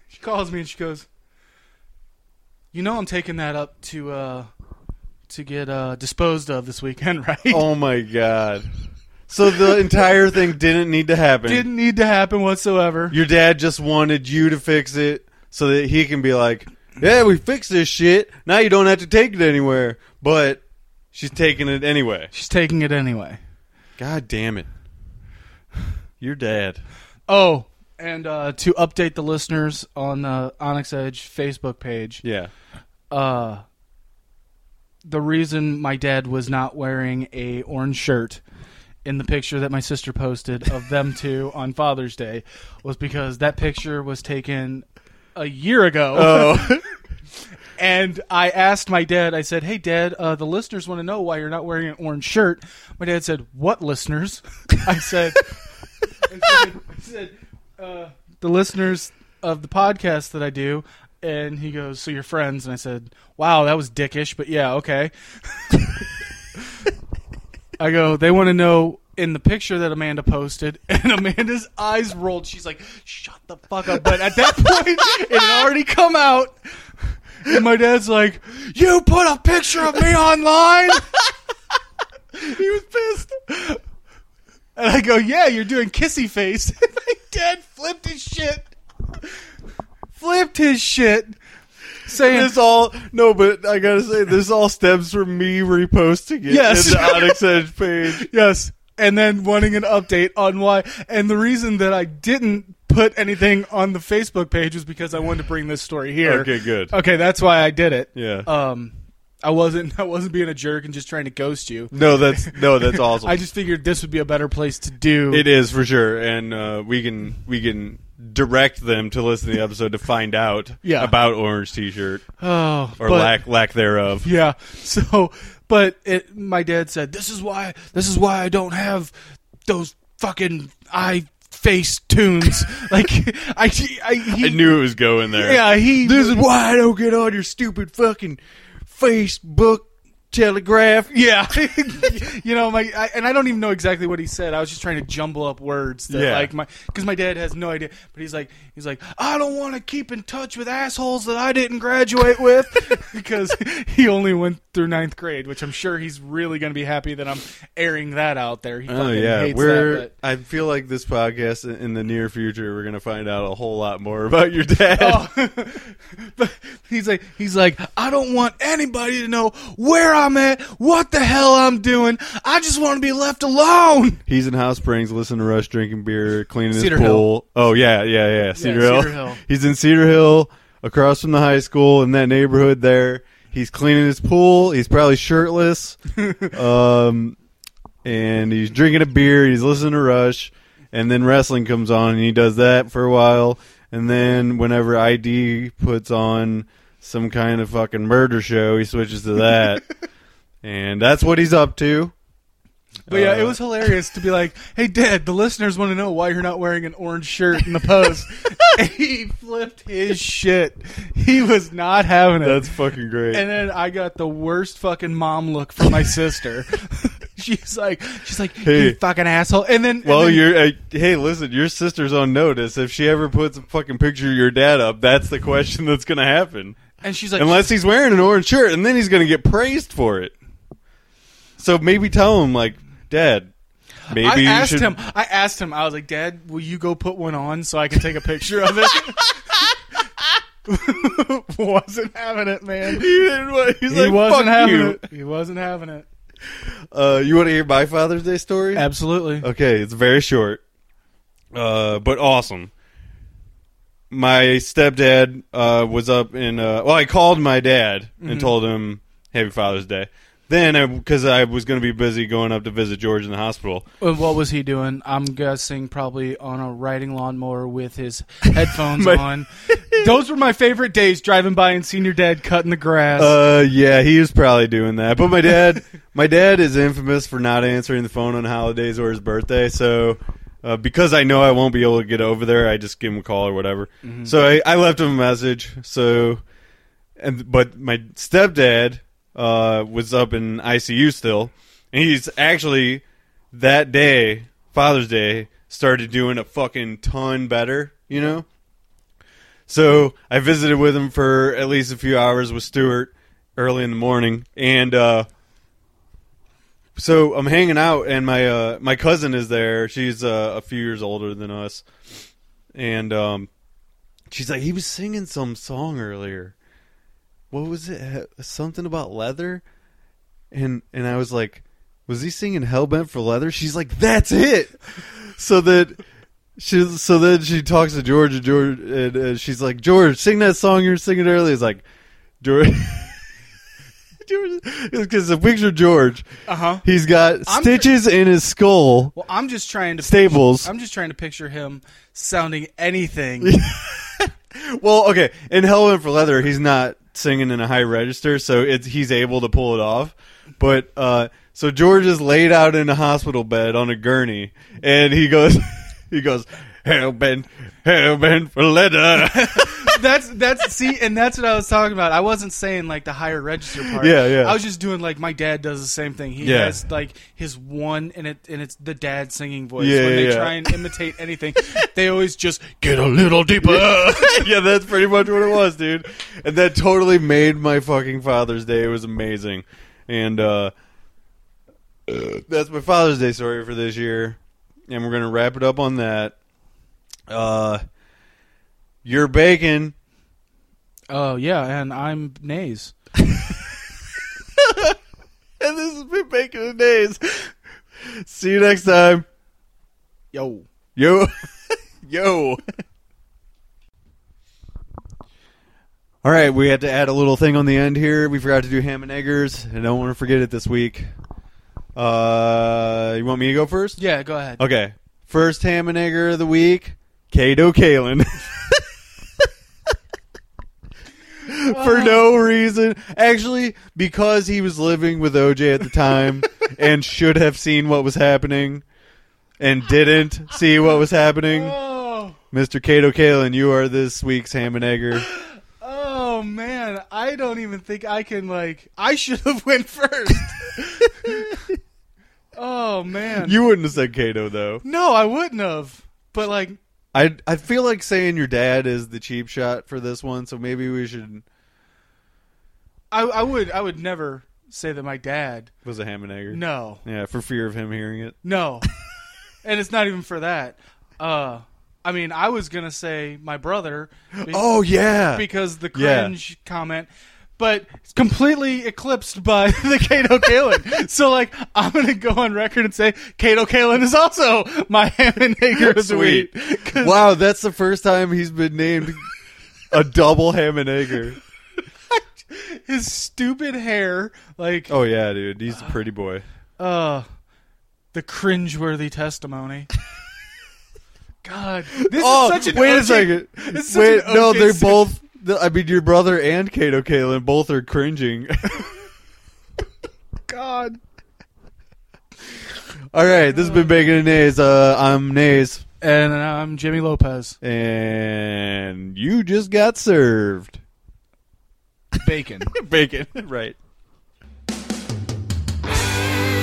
She calls me and she goes, "You know, I'm taking that up to uh, to get uh, disposed of this weekend, right?"
oh my god. So the entire thing didn't need to happen.
Didn't need to happen whatsoever.
Your dad just wanted you to fix it so that he can be like, yeah, we fixed this shit. Now you don't have to take it anywhere. But she's taking it anyway.
She's taking it anyway.
God damn it. Your dad.
Oh, and uh, to update the listeners on the Onyx Edge Facebook page,
Yeah.
uh, the reason my dad was not wearing a orange shirt in the picture that my sister posted of them two on Father's Day was because that picture was taken a year ago.
Oh.
And I asked my dad, I said, Hey, dad, uh, the listeners want to know why you're not wearing an orange shirt. My dad said, What listeners? I said, I said, I said, uh, The listeners of the podcast that I do. And he goes, So your friends? And I said, Wow, that was dickish, but yeah, okay. I go, They want to know. In the picture that Amanda posted, and Amanda's eyes rolled. She's like, "Shut the fuck up!" But at that point, it had already come out. And my dad's like, "You put a picture of me online." he was pissed. And I go, "Yeah, you're doing kissy face." And my dad flipped his shit. Flipped his shit. Saying
this all no, but I gotta say this all stems from me reposting it
Yes.
in the Onyx Edge page.
yes, and then wanting an update on why. And the reason that I didn't put anything on the Facebook page was because I wanted to bring this story here.
Okay, good.
Okay, that's why I did it.
Yeah.
Um, I wasn't. I wasn't being a jerk and just trying to ghost you.
no, that's no, that's awesome.
I just figured this would be a better place to do.
it is for sure, and uh, we can we can direct them to listen to the episode to find out
Yeah.
about Orange T-shirt
Oh,
or
but-
lack lack thereof.
Yeah. So, but it, my dad said, "This is why. This is why I don't have those fucking eye face tunes." like I, I, he,
I knew it was going there.
yeah, he.
this is why I don't get on your stupid fucking Facebook telegraph.
yeah, you know my, I, and I don't even know exactly what he said. I was just trying to jumble up words that
Yeah.
like my, because my dad has no idea. But he's like, he's like, I don't want to keep in touch with assholes that I didn't graduate with, because he only went through ninth grade, which I'm sure he's really going to be happy that I'm airing that out there. He
Oh
fucking
yeah,
hates
we're.
that, but-
I feel like this podcast in- in the near future, we're gonna find out a whole lot more about your dad.
Oh. but he's like he's like I don't want anybody to know where I'm at, what the hell I'm doing. I just want to be left alone.
He's in House Springs, listening to Rush, drinking beer, cleaning
Cedar
his pool. Oh yeah, yeah, yeah, Cedar, Hill.
Cedar Hill.
He's in Cedar Hill, across from the high school, in that neighborhood there. He's cleaning his pool. He's probably shirtless, um, and he's drinking a beer. He's listening to Rush, and then wrestling comes on, and he does that for a while. And then whenever ID puts on some kind of fucking murder show, he switches to that, and that's what he's up to.
But yeah,
Uh,
it was hilarious to be like, "Hey, Dad, the listeners want to know why you're not wearing an orange shirt in the post." And he flipped his shit. He was not having it.
That's fucking great.
and then I got the worst fucking mom look from my sister. she's like, she's like,
Hey.
"You fucking asshole." And then, and
Well,
then-
you're uh, hey, listen, your sister's on notice. If she ever puts a fucking picture of your dad up, that's the question that's going to happen.
and she's like,
Unless he's wearing an orange shirt, and then he's going to get praised for it. So maybe tell him like, Dad, maybe
I
you
asked
should.
him. I asked him. I was like, "Dad, will you go put one on so I can take a picture of it?" wasn't having it, man.
He didn't want- he's
He
like, "Fuck
wasn't having
you."
it. He wasn't having it.
Uh, you want to hear my Father's Day story?
Absolutely.
Okay, it's very short, uh, but awesome. My stepdad uh, was up in. Uh, well, I called my dad and told him Happy Father's Day. Then, because I, was going to be busy going up to visit George in the hospital,
Uh, What was he doing? I'm guessing probably on a riding lawnmower with his headphones
My-
on. Those were my favorite days driving by and seeing your dad cutting the grass.
Uh, yeah, he was probably doing that. But my dad, my dad is infamous for not answering the phone on holidays or his birthday. So, uh, because I know I won't be able to get over there, I just give him a call or whatever. So I, I left him a message. So, and but my stepdad uh, was up in ICU still, and he's actually that day, Father's Day, started doing a fucking ton better. You know. So I visited with him for at least a few hours with Stuart early in the morning, and uh, so I'm hanging out, and my uh, my cousin is there. She's uh, a few years older than us, and um, she's like, he was singing some song earlier. What was it? Something about leather, and and I was like, was he singing Hellbent for Leather? She's like, that's it. So that she, so then she talks to George, and George, and uh, she's like, George, sing that song you were singing earlier. He's like, George, George, because the picture of George,
Uh huh.
he's got
I'm-
stitches in his skull,
Well, I'm just trying to.
staples.
I'm just trying to picture him sounding anything.
Well, okay, in Hellbent for Leather, he's not singing in a high register, so it's he's able to pull it off. But uh, so George is laid out in a hospital bed on a gurney, and he goes, he goes, Hellbent, Hellbent for Leather.
that's that's see, and that's what I was talking about. I wasn't saying like the higher register part.
Yeah, yeah.
I was just doing like my dad does the same thing. He
Yeah.
has like his one, and it and it's the dad singing voice.
Yeah,
when they
yeah.
try and imitate anything, they always just get a little deeper.
yeah, that's pretty much what it was, dude. And that totally made my fucking Father's Day. It was amazing. And uh, uh, that's my Father's Day story for this year. And we're going to wrap it up on that. Uh, you're bacon.
Oh yeah, and I'm Nays.
And this has been Bacon and Days. See you next time.
Yo.
Yo. Yo. All right, we had to add a little thing on the end here. We forgot to do ham and eggers. I don't want to forget it this week. Uh, you want me to go first?
Yeah, go ahead.
Okay. First ham and egger of the week, Kato Kalin. For no reason. Actually, because he was living with OJ at the time and should have seen what was happening and didn't see what was happening.
Oh,
Mr. Kato Kalin, you are this week's ham and egger.
oh man, I don't even think I can like. I should have went first. oh man,
You wouldn't have said Kato though.
no, I wouldn't have. But like,
I I feel like saying your dad is the cheap shot for this one, so maybe we should
I, I would I would never say that my dad.
was a ham and egger.
No,
Yeah, for fear of him hearing it.
no, and it's not even for that. Uh, I mean, I was gonna say my brother. be-
Oh yeah.
because the
Yeah.
cringe comment, but it's completely eclipsed by the Kato Kalin. so like, I'm gonna go on record and say Kato Kalin is also my ham and egger of the
Sweet.
week. 'Cause-
wow, that's the first time he's been named a double ham and egger.
His stupid hair, like,
Oh yeah, dude, he's a pretty boy.
uh, the cringeworthy testimony. God, this
Oh,
is such an
wait
OJ
a second.
It's such
Wait,
an
no,
OJ
they're
Simpson.
both. the- I mean, your brother and Kato Kalin both are cringing.
God.
All right, this has been Bacon and Nays. Uh, I'm Nays,
And I'm Jimmy Lopez.
and you just got served
Bacon.
bacon. Right.
Thank